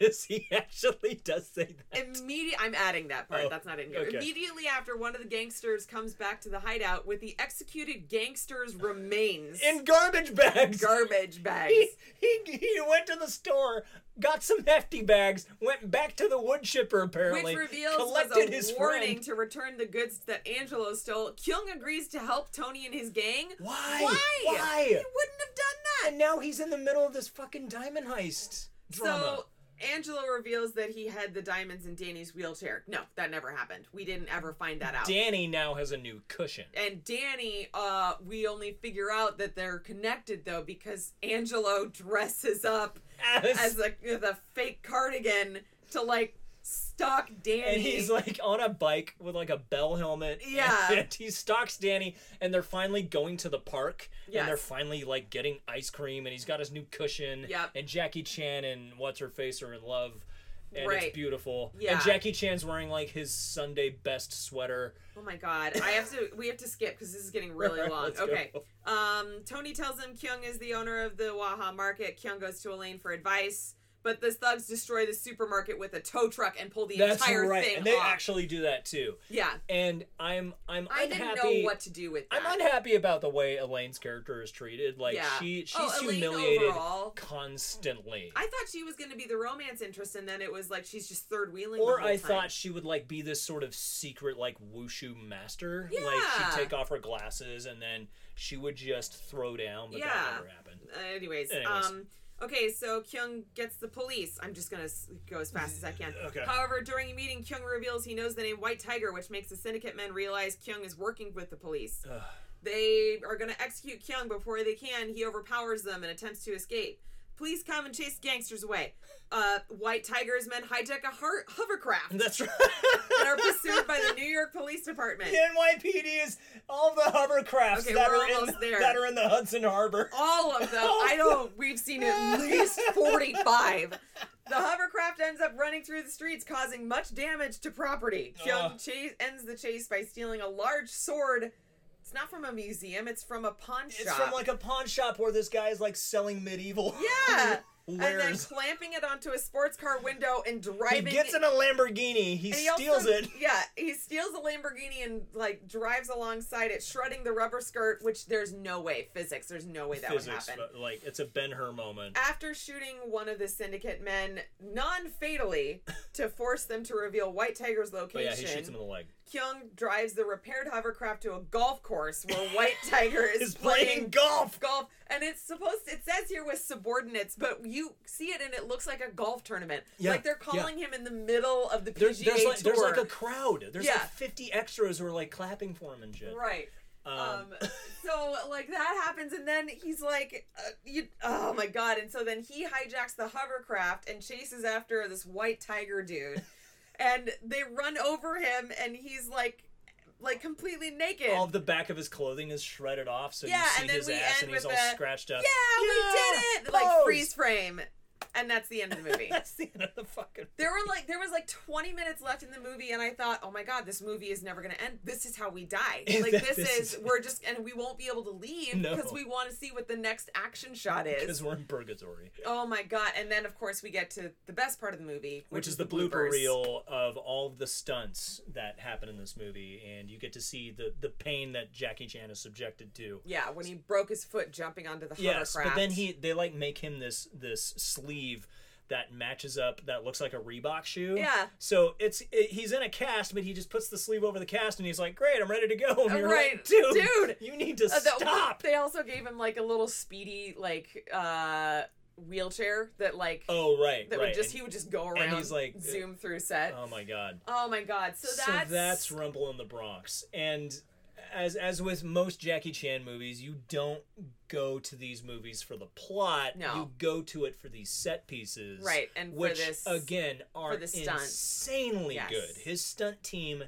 Speaker 1: does. He actually does say that.
Speaker 2: Immediate I'm adding that part,
Speaker 1: Oh,
Speaker 2: that's not in here.
Speaker 1: okay.
Speaker 2: Immediately after one of the gangsters comes back to the hideout with the executed gangster's remains
Speaker 1: In garbage bags.
Speaker 2: garbage bags.
Speaker 1: he, he he went to the store, got some hefty bags, went back to the wood chipper apparently,
Speaker 2: Which reveals
Speaker 1: collected
Speaker 2: was a
Speaker 1: his
Speaker 2: warning
Speaker 1: friend.
Speaker 2: to return the goods that Angelo stole. Kyung agrees to help Tony and his gang.
Speaker 1: Why?
Speaker 2: Why?
Speaker 1: Why?
Speaker 2: He wouldn't have done that.
Speaker 1: And now he's in the middle of this fucking diamond heist drama.
Speaker 2: So Angelo reveals that he had the diamonds in Danny's wheelchair. No, that never happened. We didn't ever find that out.
Speaker 1: Danny now has a new cushion.
Speaker 2: and Danny, uh, we only figure out that they're connected though because Angelo dresses up
Speaker 1: As-
Speaker 2: as a, with a fake cardigan to like stalk Danny.
Speaker 1: and he's like on a bike with like a bell helmet.
Speaker 2: Yeah.
Speaker 1: And he stalks Danny and they're finally going to the park.
Speaker 2: Yes.
Speaker 1: And they're finally like getting ice cream and he's got his new cushion.
Speaker 2: Yep.
Speaker 1: And Jackie Chan and What's Her Face are in love. And
Speaker 2: Right.
Speaker 1: it's beautiful.
Speaker 2: Yeah.
Speaker 1: And Jackie Chan's wearing like his Sunday best sweater.
Speaker 2: Oh my god. I have to we have to skip because this is getting really
Speaker 1: Alright,
Speaker 2: long.
Speaker 1: let's
Speaker 2: Okay.
Speaker 1: go.
Speaker 2: Um Tony tells him Kyung is the owner of the Waha market. Kyung goes to Elaine for advice, but the thugs destroy the supermarket with a tow truck and pull the
Speaker 1: That's
Speaker 2: entire
Speaker 1: right.
Speaker 2: thing
Speaker 1: and they
Speaker 2: off.
Speaker 1: actually do that too.
Speaker 2: yeah.
Speaker 1: And I'm I'm
Speaker 2: I didn't
Speaker 1: unhappy.
Speaker 2: know what to do with that.
Speaker 1: I'm unhappy about the way Elaine's character is treated. Like
Speaker 2: Yeah.
Speaker 1: she she's
Speaker 2: Oh, Elaine
Speaker 1: humiliated
Speaker 2: overall.
Speaker 1: constantly.
Speaker 2: I thought she was going to be the romance interest, and then it was like she's just third wheeling.
Speaker 1: or
Speaker 2: the whole
Speaker 1: I
Speaker 2: time.
Speaker 1: thought she would like be this sort of secret like wushu master. Like
Speaker 2: Yeah.
Speaker 1: she'd take off her glasses and then she would just throw down, but
Speaker 2: Yeah.
Speaker 1: that never happened.
Speaker 2: Uh, anyways,
Speaker 1: Anyways.
Speaker 2: um, okay, so Kyung gets the police. I'm just gonna s- go as fast as I can.
Speaker 1: Okay.
Speaker 2: However, during a meeting, Kyung reveals he knows the name White Tiger, which makes the syndicate men realize Kyung is working with the police.
Speaker 1: Ugh.
Speaker 2: They are gonna execute Kyung before they can. He overpowers them and attempts to escape. Please come and chase gangsters away. Uh, white tigers men hijack a har- hovercraft
Speaker 1: That's right.
Speaker 2: and are pursued by the New York Police Department.
Speaker 1: The NYPD is all the hovercrafts
Speaker 2: Okay,
Speaker 1: that
Speaker 2: we're
Speaker 1: are in
Speaker 2: almost there.
Speaker 1: that are in the Hudson Harbor.
Speaker 2: All of them. I
Speaker 1: Oh,
Speaker 2: know we've seen at least 45. The hovercraft ends up running through the streets, causing much damage to property. Young
Speaker 1: Ugh.
Speaker 2: chase, ends the chase by stealing a large sword. It's not from a museum, it's from a pawn shop.
Speaker 1: It's from like a pawn shop where this guy is like selling medieval.
Speaker 2: yeah! and then
Speaker 1: wares.
Speaker 2: clamping it onto a sports car window and
Speaker 1: He
Speaker 2: driving
Speaker 1: gets in a Lamborghini. He
Speaker 2: and he
Speaker 1: steals
Speaker 2: also-
Speaker 1: it.
Speaker 2: Yeah, he steals a Lamborghini and like drives alongside it, shredding the rubber skirt, which there's no way, physics, there's no way that
Speaker 1: Physics,
Speaker 2: would happen.
Speaker 1: but like it's a Ben Hur moment.
Speaker 2: after shooting one of the syndicate men non-fatally to force them to reveal White Tiger's
Speaker 1: But
Speaker 2: location,
Speaker 1: yeah, he shoots him in the leg.
Speaker 2: Kyung drives the repaired hovercraft to a golf course where White Tiger is
Speaker 1: He's
Speaker 2: playing
Speaker 1: playing golf.
Speaker 2: golf, and it's supposed. It says here with subordinates, but you see it and it looks like a golf tournament.
Speaker 1: Yeah,
Speaker 2: like they're
Speaker 1: yeah.
Speaker 2: calling him in the middle of the PGA
Speaker 1: There's, there's like
Speaker 2: tour.
Speaker 1: there's like a crowd. There's
Speaker 2: Yeah.
Speaker 1: like 50 extras who are like clapping for him and shit.
Speaker 2: right. Um, so like that happens, and then he's like, uh, "You, oh my god!" And so then he hijacks the hovercraft and chases after this white tiger dude, and they run over him, and he's like, like completely naked.
Speaker 1: all of the back of his clothing is shredded off, so
Speaker 2: Yeah,
Speaker 1: you see
Speaker 2: and then
Speaker 1: his
Speaker 2: we
Speaker 1: ass
Speaker 2: end
Speaker 1: and he's all
Speaker 2: with a,
Speaker 1: scratched
Speaker 2: yeah,
Speaker 1: up.
Speaker 2: we
Speaker 1: Yeah,
Speaker 2: did it! Like
Speaker 1: pose.
Speaker 2: freeze frame, and that's the end of the movie.
Speaker 1: That's the end of the fucking.
Speaker 2: There were like there was like 20 minutes left in the movie and I thought, "Oh my god, this movie is never going to end. This is how we die. Like this,
Speaker 1: This
Speaker 2: is,
Speaker 1: is-
Speaker 2: we're just and we won't be able to leave
Speaker 1: No.
Speaker 2: because we want to see what the next action shot is."
Speaker 1: Because we're in purgatory, which,
Speaker 2: Oh my god. And then of course we get to the best part of the movie, which,
Speaker 1: is, the blooper
Speaker 2: bloopers.
Speaker 1: reel of all of the stunts that happen in this movie, and you get to see the the pain that Jackie Chan is subjected to.
Speaker 2: Yeah, when he broke his foot jumping onto the
Speaker 1: Yes,
Speaker 2: hovercraft.
Speaker 1: but then he they like make him this this sleeve that matches up that looks like a Reebok shoe.
Speaker 2: Yeah.
Speaker 1: So it's it, he's in a cast, but he just puts the sleeve over the cast, and he's like, "Great, I'm ready to go." And you're
Speaker 2: Right.
Speaker 1: like, "Dude,
Speaker 2: Dude.
Speaker 1: you need to
Speaker 2: Uh, the-
Speaker 1: stop."
Speaker 2: They also gave him like a little speedy like uh wheelchair that like
Speaker 1: Oh right,
Speaker 2: that
Speaker 1: right.
Speaker 2: would just
Speaker 1: and-
Speaker 2: he would just go around
Speaker 1: he's like-
Speaker 2: zoom through set.
Speaker 1: Oh my god.
Speaker 2: Oh my god. So that's
Speaker 1: so that's Rumble in the Bronx. And as as with most Jackie Chan movies, you don't go to these movies for the plot.
Speaker 2: No.
Speaker 1: You go to it for these set pieces.
Speaker 2: Right, and for
Speaker 1: which
Speaker 2: this-
Speaker 1: again are
Speaker 2: the stunts.
Speaker 1: insanely
Speaker 2: Yes.
Speaker 1: good. His stunt team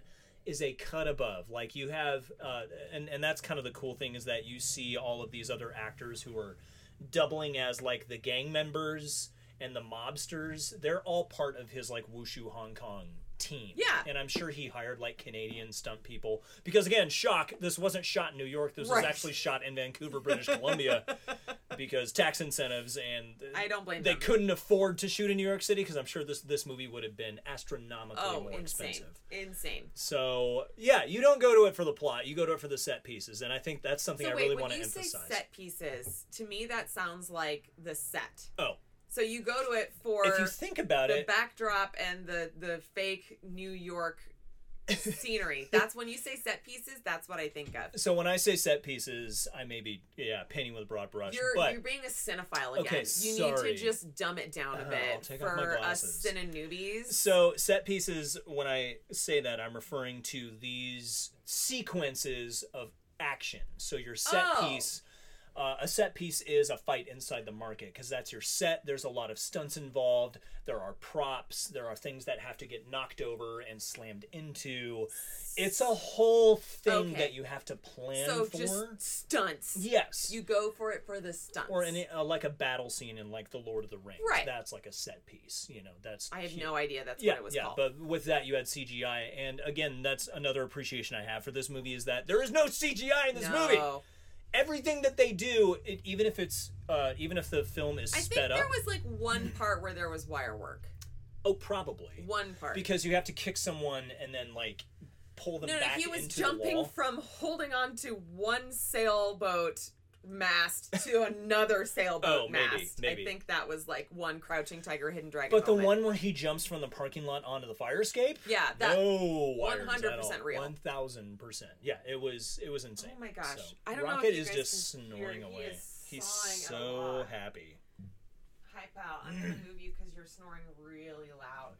Speaker 1: is a cut above. Like you have uh, and and that's kind of the cool thing is that you see all of these other actors who are doubling as like the gang members and the mobsters. They're all part of his like wushu Hong Kong team.
Speaker 2: Yeah.
Speaker 1: And I'm sure he hired like Canadian stunt people because again, shock, this wasn't shot in New York. This
Speaker 2: Right.
Speaker 1: was actually shot in Vancouver, British Columbia because tax incentives and
Speaker 2: I don't blame
Speaker 1: they
Speaker 2: them.
Speaker 1: couldn't afford to shoot in New York City because I'm sure this this movie would have been astronomically
Speaker 2: oh
Speaker 1: more
Speaker 2: insane,
Speaker 1: expensive.
Speaker 2: insane.
Speaker 1: So yeah, you don't go to it for the plot. You go to it for the set pieces, and I think that's something
Speaker 2: So
Speaker 1: I
Speaker 2: wait,
Speaker 1: really
Speaker 2: when
Speaker 1: want to
Speaker 2: you
Speaker 1: emphasize.
Speaker 2: say set pieces, to me that sounds like the set.
Speaker 1: oh,
Speaker 2: So you go to it for
Speaker 1: if you think about
Speaker 2: the
Speaker 1: it,
Speaker 2: backdrop and the the fake New York scenery. That's when you say set pieces. That's what I think of.
Speaker 1: so when I say set pieces, I may be yeah painting with a broad brush,
Speaker 2: You're
Speaker 1: but
Speaker 2: you're being a cinephile again.
Speaker 1: Okay,
Speaker 2: you
Speaker 1: sorry.
Speaker 2: need to just dumb it down a
Speaker 1: Oh,
Speaker 2: bit
Speaker 1: I'll take off my
Speaker 2: for us
Speaker 1: glasses.
Speaker 2: cine newbies.
Speaker 1: So set pieces, when I say that, I'm referring to these sequences of action. So your set
Speaker 2: Oh.
Speaker 1: piece, uh, a set piece is a fight inside the market because that's your set. There's a lot of stunts involved. There are props. There are things that have to get knocked over and slammed into. It's a whole thing
Speaker 2: Okay.
Speaker 1: that you have to plan
Speaker 2: So
Speaker 1: for.
Speaker 2: just stunts.
Speaker 1: yes.
Speaker 2: You go for it for the stunts.
Speaker 1: or any uh, like a battle scene in like the Lord of the Rings.
Speaker 2: Right.
Speaker 1: That's like a set piece. You know. That's
Speaker 2: I have
Speaker 1: huge
Speaker 2: no idea that's
Speaker 1: yeah,
Speaker 2: what it was
Speaker 1: yeah.
Speaker 2: called.
Speaker 1: But with that, you had CGI, and again, that's another appreciation I have for this movie is that there is no CGI in this movie.
Speaker 2: No.
Speaker 1: Everything that they do, it, even if it's uh, even if the film is
Speaker 2: I think
Speaker 1: sped up,
Speaker 2: there was like one part where there was wire work.
Speaker 1: oh, probably
Speaker 2: One part.
Speaker 1: because you have to kick someone and then like pull them
Speaker 2: no, no,
Speaker 1: back
Speaker 2: he was
Speaker 1: into the
Speaker 2: jumping
Speaker 1: wall.
Speaker 2: from holding on to one sailboat mast to another sailboat
Speaker 1: Oh, maybe,
Speaker 2: mast.
Speaker 1: maybe.
Speaker 2: I think that was like one crouching tiger, hidden dragon.
Speaker 1: but the
Speaker 2: moment.
Speaker 1: one where he jumps from the parking lot onto the fire escape,
Speaker 2: Yeah, that-
Speaker 1: no, wires at
Speaker 2: 100%
Speaker 1: all.
Speaker 2: real.
Speaker 1: one thousand percent. Yeah, it was it was insane.
Speaker 2: Oh my gosh.
Speaker 1: So,
Speaker 2: I don't know if
Speaker 1: Rocket
Speaker 2: you
Speaker 1: is
Speaker 2: guys
Speaker 1: just
Speaker 2: can hear
Speaker 1: snoring
Speaker 2: it. He
Speaker 1: away.
Speaker 2: is
Speaker 1: He's
Speaker 2: sawing a
Speaker 1: so
Speaker 2: lot.
Speaker 1: happy.
Speaker 2: Hi, pal. I'm gonna move you because you're snoring really loud.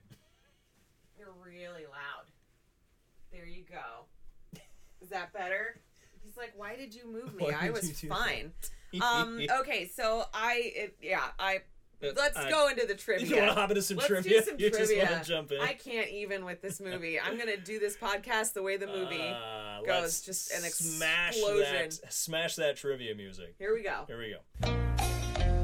Speaker 2: You're really loud. There you go. Is that better? He's like, why did you move me?
Speaker 1: Why
Speaker 2: I
Speaker 1: did
Speaker 2: was Um, oh,
Speaker 1: you do that?"
Speaker 2: fine. Um. Okay. So I. It, yeah. I. Let's
Speaker 1: I-
Speaker 2: go into the
Speaker 1: You
Speaker 2: trivia.
Speaker 1: want to hop into some
Speaker 2: Let's
Speaker 1: trivia?
Speaker 2: do some
Speaker 1: you
Speaker 2: trivia.
Speaker 1: just want to jump in.
Speaker 2: I can't even with this movie. I'm gonna do this podcast the way the movie.
Speaker 1: Uh,
Speaker 2: goes,
Speaker 1: let's
Speaker 2: just an
Speaker 1: smash
Speaker 2: explosion.
Speaker 1: That, smash that trivia music.
Speaker 2: Here we go.
Speaker 1: Here we go.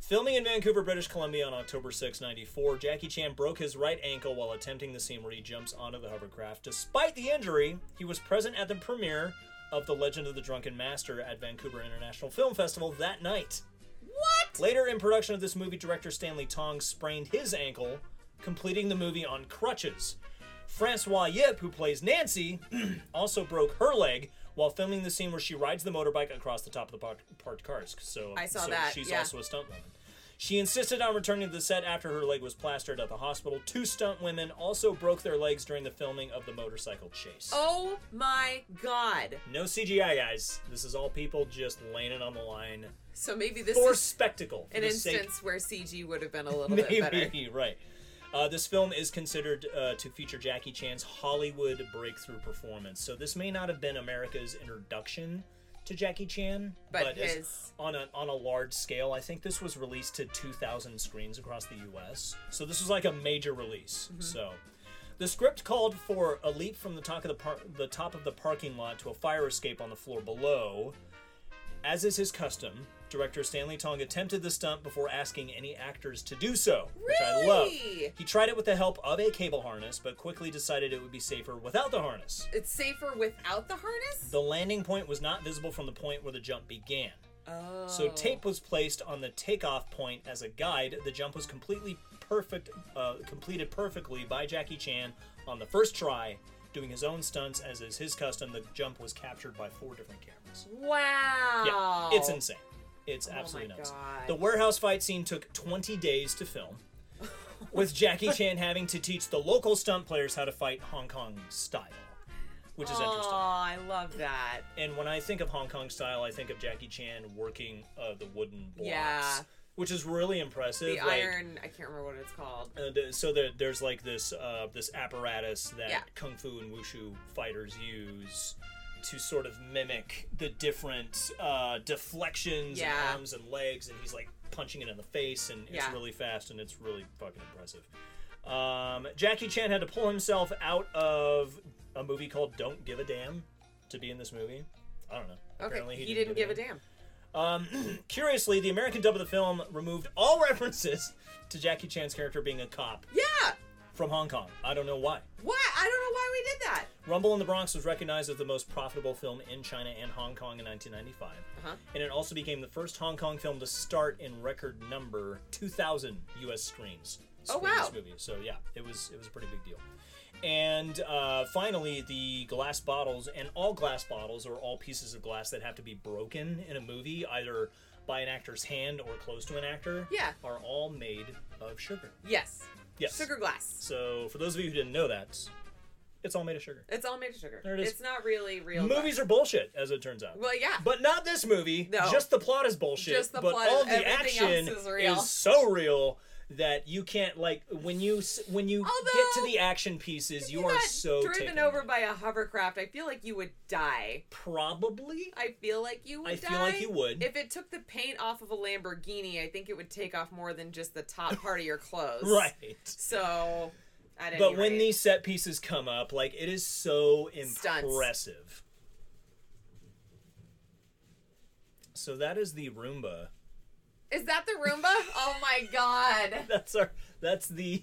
Speaker 1: Filming in Vancouver, British Columbia on October 6, 94, Jackie Chan broke his right ankle while attempting the scene where he jumps onto the hovercraft. Despite the injury, he was present at the premiere of The Legend of the Drunken Master at Vancouver International Film Festival that night.
Speaker 2: What?
Speaker 1: Later in production of this movie, director Stanley Tong sprained his ankle, completing the movie on crutches. Francois Yip, who plays Nancy, also broke her leg while filming the scene where she rides the motorbike across the top of the park- parked cars. So
Speaker 2: I saw
Speaker 1: so
Speaker 2: that,
Speaker 1: She's
Speaker 2: yeah.
Speaker 1: also a stunt woman. She insisted on returning to the set after her leg was plastered at the hospital. Two stunt women also broke their legs during the filming of the motorcycle chase.
Speaker 2: Oh my god.
Speaker 1: No CGI, guys. This is all people just laying it on the line
Speaker 2: So maybe this
Speaker 1: for
Speaker 2: is
Speaker 1: spectacle. For
Speaker 2: an
Speaker 1: the sake
Speaker 2: instance where CG would have been a little bit better.
Speaker 1: Maybe, right. Uh, this film is considered uh, to feature Jackie Chan's Hollywood breakthrough performance. So this may not have been America's introduction to Jackie Chan,
Speaker 2: But
Speaker 1: is-
Speaker 2: his.
Speaker 1: on a on a large scale. I think this was released to 2,000 screens across the U.S. So this was like a major release.
Speaker 2: Mm-hmm.
Speaker 1: So. The script called for a leap from the top of the par- the top of the parking lot to a fire escape on the floor below. As is his custom, director Stanley Tong attempted the stunt before asking any actors to do so, which I love.
Speaker 2: Really?
Speaker 1: He tried it with the help of a cable harness, but quickly decided it would be safer without the harness.
Speaker 2: It's safer without the harness?
Speaker 1: The landing point was not visible from the point where the jump began.
Speaker 2: Oh.
Speaker 1: So tape was placed on the takeoff point as a guide. The jump was completely perfect, uh, completed perfectly by Jackie Chan on the first try, doing his own stunts as is his custom. The jump was captured by four different cameras.
Speaker 2: Wow. Oh
Speaker 1: Yeah, it's insane. It's
Speaker 2: my
Speaker 1: absolutely nuts.
Speaker 2: God.
Speaker 1: The warehouse fight scene took 20 days to film, with Jackie Chan having to teach the local stunt players how to fight Hong Kong style, which is interesting.
Speaker 2: Oh, I love that.
Speaker 1: And when I think of Hong Kong style, I think of Jackie Chan working uh, the wooden blocks,
Speaker 2: Yeah.
Speaker 1: which is really impressive.
Speaker 2: The
Speaker 1: like,
Speaker 2: iron, I can't remember what it's called.
Speaker 1: uh, th- so there, there's like this uh, this apparatus that
Speaker 2: Yeah.
Speaker 1: kung fu and wushu fighters use to sort of mimic the different uh, deflections
Speaker 2: Yeah.
Speaker 1: and arms and legs, and he's like punching it in the face, and it's
Speaker 2: Yeah.
Speaker 1: really fast and it's really fucking impressive. Um, Jackie Chan had to pull himself out of a movie called Don't Give a Damn to be in this movie. I don't know.
Speaker 2: Okay,
Speaker 1: Apparently
Speaker 2: he, didn't give a damn.
Speaker 1: Curiously, the American dub of the film removed all references to Jackie Chan's character being a cop
Speaker 2: Yeah.
Speaker 1: from Hong Kong. I don't know why.
Speaker 2: Why? I don't know why we did that.
Speaker 1: Rumble in the Bronx was recognized as the most profitable film in China and Hong Kong in 1995.
Speaker 2: Uh-huh.
Speaker 1: And it also became the first Hong Kong film to start in record number 2,000 U.S. screens.
Speaker 2: Oh,
Speaker 1: for this
Speaker 2: wow.
Speaker 1: Movie. So yeah, it was it was a pretty big deal. And uh, finally, the glass bottles and all glass bottles or all pieces of glass that have to be broken in a movie, either by an actor's hand or close to an actor,
Speaker 2: Yeah.
Speaker 1: are all made of sugar.
Speaker 2: Yes.
Speaker 1: Yes.
Speaker 2: Sugar glass.
Speaker 1: So for those of you who didn't know that, it's all made of sugar.
Speaker 2: It's all made of sugar.
Speaker 1: There it is.
Speaker 2: It's not really real.
Speaker 1: Movies are bullshit, as it turns out.
Speaker 2: glass. Well, yeah.
Speaker 1: But not this movie.
Speaker 2: No.
Speaker 1: Just the plot is bullshit.
Speaker 2: Just the
Speaker 1: but
Speaker 2: plot
Speaker 1: all
Speaker 2: is-
Speaker 1: the
Speaker 2: everything
Speaker 1: action
Speaker 2: else is real.
Speaker 1: so real that you can't like when you s- when you get to
Speaker 2: Although,
Speaker 1: the action pieces, you
Speaker 2: If
Speaker 1: are
Speaker 2: got
Speaker 1: so
Speaker 2: driven
Speaker 1: taken
Speaker 2: over
Speaker 1: aback.
Speaker 2: by a hovercraft. I feel like you would die.
Speaker 1: Probably.
Speaker 2: I feel like you would
Speaker 1: I
Speaker 2: die.
Speaker 1: feel like you would.
Speaker 2: If it took the paint off of a Lamborghini, I think it would take off more than just the top part of your clothes.
Speaker 1: Right.
Speaker 2: So, at
Speaker 1: But
Speaker 2: any
Speaker 1: when
Speaker 2: rate,
Speaker 1: these set pieces come up, like it is so
Speaker 2: Stunts.
Speaker 1: impressive. So that is the Roomba.
Speaker 2: is that the Roomba? oh my God.
Speaker 1: That's our. That's the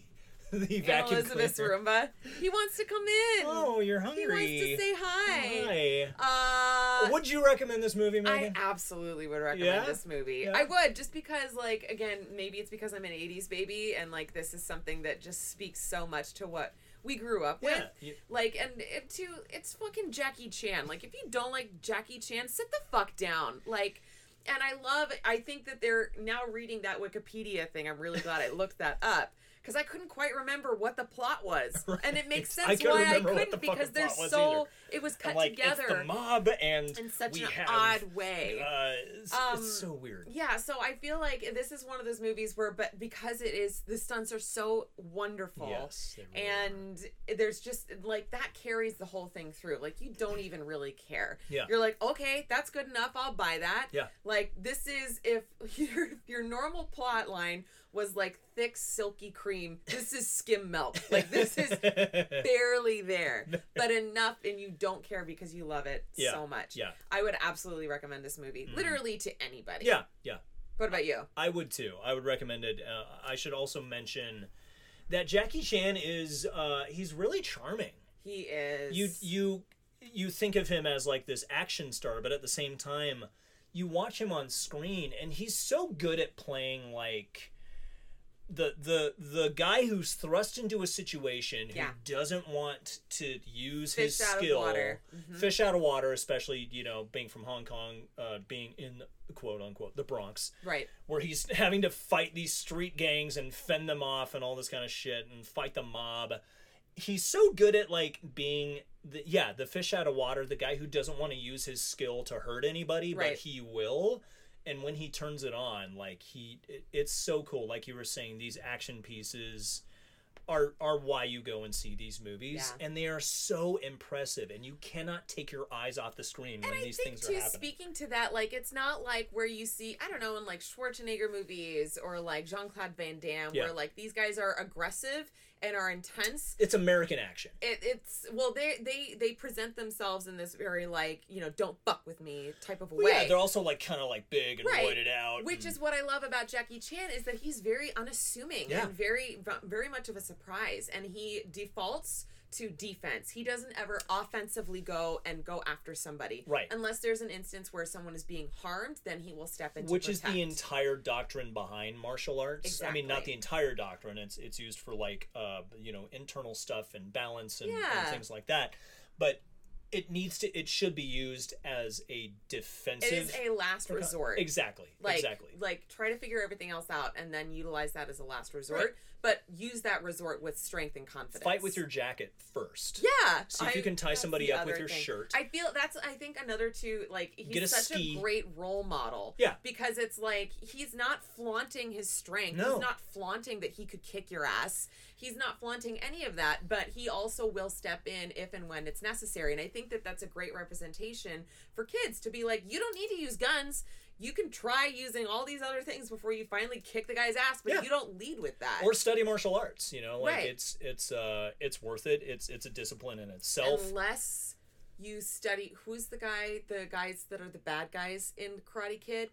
Speaker 1: the
Speaker 2: And
Speaker 1: vacuum
Speaker 2: Elizabeth's
Speaker 1: cleaner.
Speaker 2: Roomba. He wants to come in.
Speaker 1: Oh, you're
Speaker 2: he
Speaker 1: hungry.
Speaker 2: wants to say hi.
Speaker 1: Hi.
Speaker 2: Uh,
Speaker 1: Would you recommend this movie,
Speaker 2: I
Speaker 1: Megan?
Speaker 2: absolutely would recommend
Speaker 1: Yeah?
Speaker 2: this movie.
Speaker 1: Yeah.
Speaker 2: I would just because, like, again, maybe it's because I'm an '80s baby, and like this is something that just speaks so much to what we grew up with.
Speaker 1: You-
Speaker 2: Like, and it too, it's fucking Jackie Chan. Like, if you don't like Jackie Chan, sit the fuck down. Like, and I love, I think that they're now reading that Wikipedia thing. I'm really glad I looked that up. because I couldn't quite remember what the plot was, and it makes sense
Speaker 1: I couldn't
Speaker 2: why I
Speaker 1: remember what the
Speaker 2: couldn't
Speaker 1: fucking
Speaker 2: because there's
Speaker 1: plot was
Speaker 2: so
Speaker 1: either.
Speaker 2: it was
Speaker 1: And,
Speaker 2: cut
Speaker 1: like
Speaker 2: together
Speaker 1: it's the mob and
Speaker 2: in such
Speaker 1: we
Speaker 2: an
Speaker 1: have,
Speaker 2: odd way.
Speaker 1: Uh, it's,
Speaker 2: Um,
Speaker 1: it's so weird.
Speaker 2: Yeah, so I feel like this is one of those movies where, but because it is, the stunts are so wonderful.
Speaker 1: Yes, they really are.
Speaker 2: And there's just like that carries the whole thing through. Like you don't even really care.
Speaker 1: Yeah.
Speaker 2: You're like, okay, that's good enough. I'll buy that.
Speaker 1: Yeah.
Speaker 2: Like this is if your your normal plot line was like thick silky cream. This is skim milk. Like this is barely there, but enough, and you don't care because you love it
Speaker 1: Yeah.
Speaker 2: so much.
Speaker 1: Yeah. Mm-hmm.
Speaker 2: I would absolutely recommend this movie, literally to anybody.
Speaker 1: yeah, yeah.
Speaker 2: What about you?
Speaker 1: I would too. I would recommend it. Uh, I should also mention that Jackie Chan is uh, he's really charming.
Speaker 2: He is.
Speaker 1: You you you think of him as like this action star, but at the same time, you watch him on screen and he's so good at playing like the the the guy who's thrust into a situation who
Speaker 2: Yeah.
Speaker 1: doesn't want to use his
Speaker 2: Fish out of
Speaker 1: skill
Speaker 2: water. Mm-hmm.
Speaker 1: fish out of water especially you know being from Hong Kong uh, being in quote unquote the Bronx
Speaker 2: right.
Speaker 1: where he's having to fight these street gangs and fend them off and all this kind of shit and fight the mob. He's so good at like being the, yeah, the fish out of water, the guy who doesn't want to use his skill to hurt anybody,
Speaker 2: Right.
Speaker 1: but he will. And when he turns it on, like he it- it's so cool. Like you were saying these action pieces are are why you go and see these movies
Speaker 2: Yeah.
Speaker 1: and they are so impressive and you cannot take your eyes off the screen when
Speaker 2: And I
Speaker 1: these
Speaker 2: think
Speaker 1: things are
Speaker 2: too,
Speaker 1: happening.
Speaker 2: speaking to that, like it's not like where you see, I don't know, in like Schwarzenegger movies or like Jean Claude Van Damme,
Speaker 1: Yeah.
Speaker 2: where like these guys are aggressive and are intense.
Speaker 1: it's American action.
Speaker 2: It, it's well, they they they present themselves in this very like you know don't fuck with me type of way.
Speaker 1: Yeah, they're also like kind of like big and
Speaker 2: Right.
Speaker 1: roided out.
Speaker 2: Which
Speaker 1: and-
Speaker 2: is what I love about Jackie Chan is that he's very unassuming
Speaker 1: Yeah.
Speaker 2: and very very much of a surprise and he defaults to defense. He doesn't ever offensively go and go after somebody.
Speaker 1: Right.
Speaker 2: Unless there's an instance where someone is being harmed, then he will step in to
Speaker 1: which is the
Speaker 2: protect.
Speaker 1: entire doctrine behind martial arts. I mean, not
Speaker 2: Exactly.
Speaker 1: the entire doctrine. It's it's used for like uh you know internal stuff and balance and, and
Speaker 2: Yeah.
Speaker 1: things like that. But it needs to. It should be used as a defensive.
Speaker 2: It is a last resort.
Speaker 1: Exactly.
Speaker 2: Like,
Speaker 1: exactly.
Speaker 2: like try to figure everything else out and then utilize that as a last resort, but use that resort with strength and confidence.
Speaker 1: Fight with your jacket first.
Speaker 2: Yeah.
Speaker 1: See if you can tie
Speaker 2: that's
Speaker 1: somebody
Speaker 2: the
Speaker 1: up with
Speaker 2: other
Speaker 1: your shirt.
Speaker 2: I feel that's I think another too like he's
Speaker 1: Get a
Speaker 2: such
Speaker 1: ski.
Speaker 2: a great role model.
Speaker 1: Yeah.
Speaker 2: Because it's like he's not flaunting his strength.
Speaker 1: No.
Speaker 2: He's not flaunting that he could kick your ass. He's not flaunting any of that, but he also will step in if and when it's necessary. And I think that that's a great representation for kids to be like you don't need to use guns. You can try using all these other things before you finally kick the guy's ass, but
Speaker 1: Yeah.
Speaker 2: you don't lead with that.
Speaker 1: Or study martial arts. You know, like
Speaker 2: Right.
Speaker 1: it's it's uh it's worth it. It's it's a discipline in itself.
Speaker 2: unless you study who's the guy the guys that are the bad guys in Karate Kid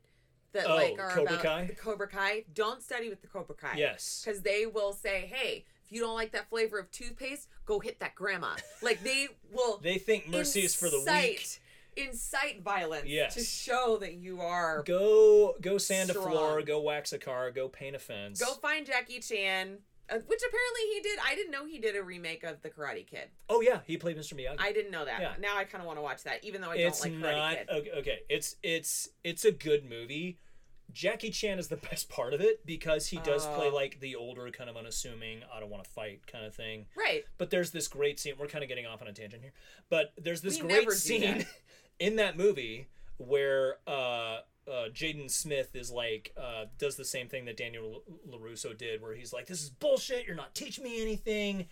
Speaker 2: that
Speaker 1: Oh,
Speaker 2: like are
Speaker 1: Cobra
Speaker 2: about
Speaker 1: Kai?
Speaker 2: the Cobra Kai. Don't study with the Cobra Kai.
Speaker 1: Yes.
Speaker 2: because they will say, "Hey, if you don't like that flavor of toothpaste, go hit that grandma." like they will.
Speaker 1: They think mercy is for the weak.
Speaker 2: incite- Incite violence
Speaker 1: Yes.
Speaker 2: to show that you are. Go,
Speaker 1: Go go sand a floor,
Speaker 2: Strong.
Speaker 1: go wax a car, go paint a fence.
Speaker 2: find Jackie Chan, uh, which apparently he did. I didn't know he did a remake of the Karate Kid.
Speaker 1: Oh yeah, he played Mr. Miyagi.
Speaker 2: I didn't know that.
Speaker 1: Yeah.
Speaker 2: Now I kind of want to watch that, even though I
Speaker 1: it's
Speaker 2: don't like Karate
Speaker 1: not
Speaker 2: Kid.
Speaker 1: okay, okay. It's it's it's a good movie. Jackie Chan is the best part of it because he does play
Speaker 2: Oh.
Speaker 1: like the older, kind of unassuming, I don't want to fight kind of thing.
Speaker 2: Right.
Speaker 1: But there's this great scene. We're kind of getting off on a tangent here, but there's this
Speaker 2: We
Speaker 1: great
Speaker 2: never do
Speaker 1: scene
Speaker 2: that.
Speaker 1: in that movie where uh, uh, Jaden Smith is like uh, does the same thing that Daniel L- Larusso did, where he's like, "This is bullshit. You're not teaching me anything."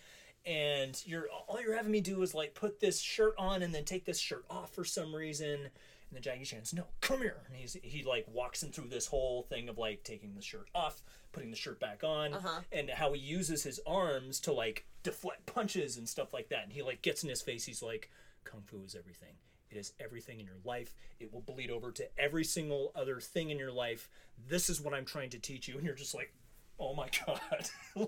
Speaker 1: And you're all you're having me do is like put this shirt on and then take this shirt off for some reason. And then Jackie Chan's no, come here. And he's he like walks him through this whole thing of like taking the shirt off, putting the shirt back on,
Speaker 2: Uh-huh.
Speaker 1: and how he uses his arms to like deflect punches and stuff like that. And he like gets in his face. He's like, "Kung Fu is everything. It is everything in your life. It will bleed over to every single other thing in your life. This is what I'm trying to teach you." And you're just like, "Oh my god!"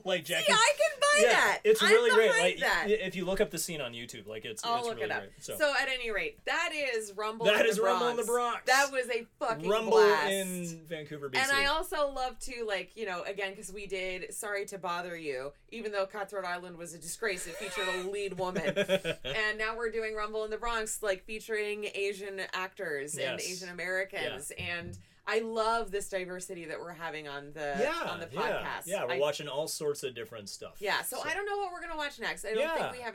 Speaker 1: like Jackie.
Speaker 2: Yeah, I can buy
Speaker 1: Yeah,
Speaker 2: that.
Speaker 1: It's
Speaker 2: I'm
Speaker 1: really great.
Speaker 2: behind
Speaker 1: Like,
Speaker 2: that.
Speaker 1: y- if you look up the scene on YouTube, like it's
Speaker 2: I'll
Speaker 1: it's
Speaker 2: look
Speaker 1: really
Speaker 2: it up.
Speaker 1: great.
Speaker 2: So. at any rate, that is Rumble.
Speaker 1: That
Speaker 2: in
Speaker 1: is
Speaker 2: the
Speaker 1: Rumble in the
Speaker 2: Bronx.
Speaker 1: Bronx.
Speaker 2: That was a fucking
Speaker 1: Rumble
Speaker 2: blast.
Speaker 1: in Vancouver, BC.
Speaker 2: and I also love to like you know again because we did Sorry to Bother You, even though Cutthroat Island was a disgrace, it featured a lead woman, and now we're doing Rumble in the Bronx, like featuring Asian actors and
Speaker 1: Yes.
Speaker 2: Asian Americans, and I love this diversity that we're having on the
Speaker 1: yeah,
Speaker 2: on the
Speaker 1: yeah,
Speaker 2: podcast.
Speaker 1: Yeah, we're
Speaker 2: I-
Speaker 1: watching all sorts of different stuff.
Speaker 2: Yeah, so, I don't know what we're gonna watch next. I don't
Speaker 1: Yeah.
Speaker 2: think we have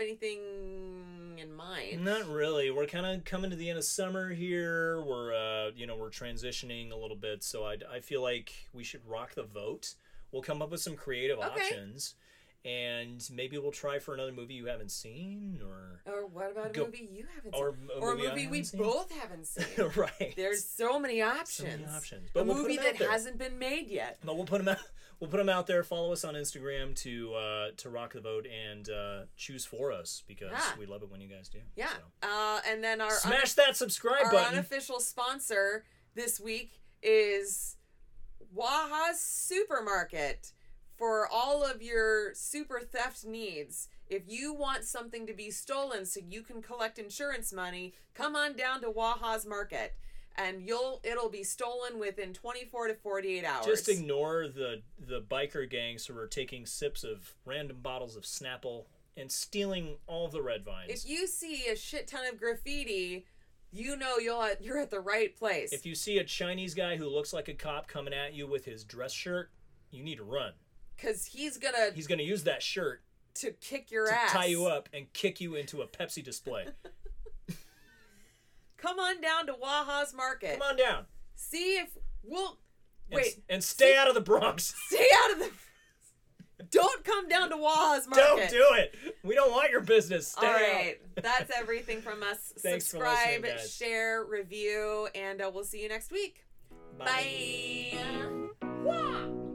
Speaker 2: anything in mind.
Speaker 1: Not really. We're kind of coming to the end of summer here. We're, uh, you know, we're transitioning a little bit. So I, I feel like we should rock the vote. We'll come up with some creative
Speaker 2: Okay.
Speaker 1: options, and maybe we'll try for another movie you haven't seen, or
Speaker 2: Or what about a
Speaker 1: Go-
Speaker 2: movie you haven't
Speaker 1: or
Speaker 2: seen?
Speaker 1: a
Speaker 2: Or a
Speaker 1: movie I
Speaker 2: movie we
Speaker 1: haven't seen.
Speaker 2: both haven't seen.
Speaker 1: right.
Speaker 2: There's so many options.
Speaker 1: so many options, but
Speaker 2: a
Speaker 1: we'll put
Speaker 2: movie
Speaker 1: 'em
Speaker 2: that
Speaker 1: out there.
Speaker 2: hasn't been made yet.
Speaker 1: But we'll put them out. We'll put 'em out there. Follow us on Instagram to uh, to rock the vote and uh, choose for us because
Speaker 2: Yeah.
Speaker 1: we love it when you guys do.
Speaker 2: Yeah.
Speaker 1: So.
Speaker 2: Uh, and then our un-
Speaker 1: Smash that subscribe
Speaker 2: our
Speaker 1: button.
Speaker 2: unofficial sponsor this week is Waha Supermarket for all of your super theft needs. If you want something to be stolen so you can collect insurance money, come on down to Waha's Market and you'll it'll be stolen within 24 to 48 hours.
Speaker 1: Just ignore the the biker gangs who are taking sips of random bottles of Snapple and stealing all the red vines.
Speaker 2: if you see a shit ton of graffiti, you know you'll at, you're at the right place.
Speaker 1: If you see a Chinese guy who looks like a cop coming at you with his dress shirt, you need to run.
Speaker 2: Cuz he's going to
Speaker 1: He's going to use that shirt
Speaker 2: to kick your
Speaker 1: to
Speaker 2: ass.
Speaker 1: tie you up and kick you into a Pepsi display.
Speaker 2: Come on down to Waha's Market.
Speaker 1: Come on down.
Speaker 2: See if we'll
Speaker 1: And,
Speaker 2: wait.
Speaker 1: and stay out of the Bronx.
Speaker 2: Stay out of the. Don't come down to Waha's
Speaker 1: Don't
Speaker 2: Market.
Speaker 1: do it. We don't want your business. Stay
Speaker 2: All
Speaker 1: out.
Speaker 2: right, that's everything from us.
Speaker 1: Thanks for
Speaker 2: Subscribe,
Speaker 1: listening, guys.
Speaker 2: share, review, and uh, we'll see you next week. Bye. Wah!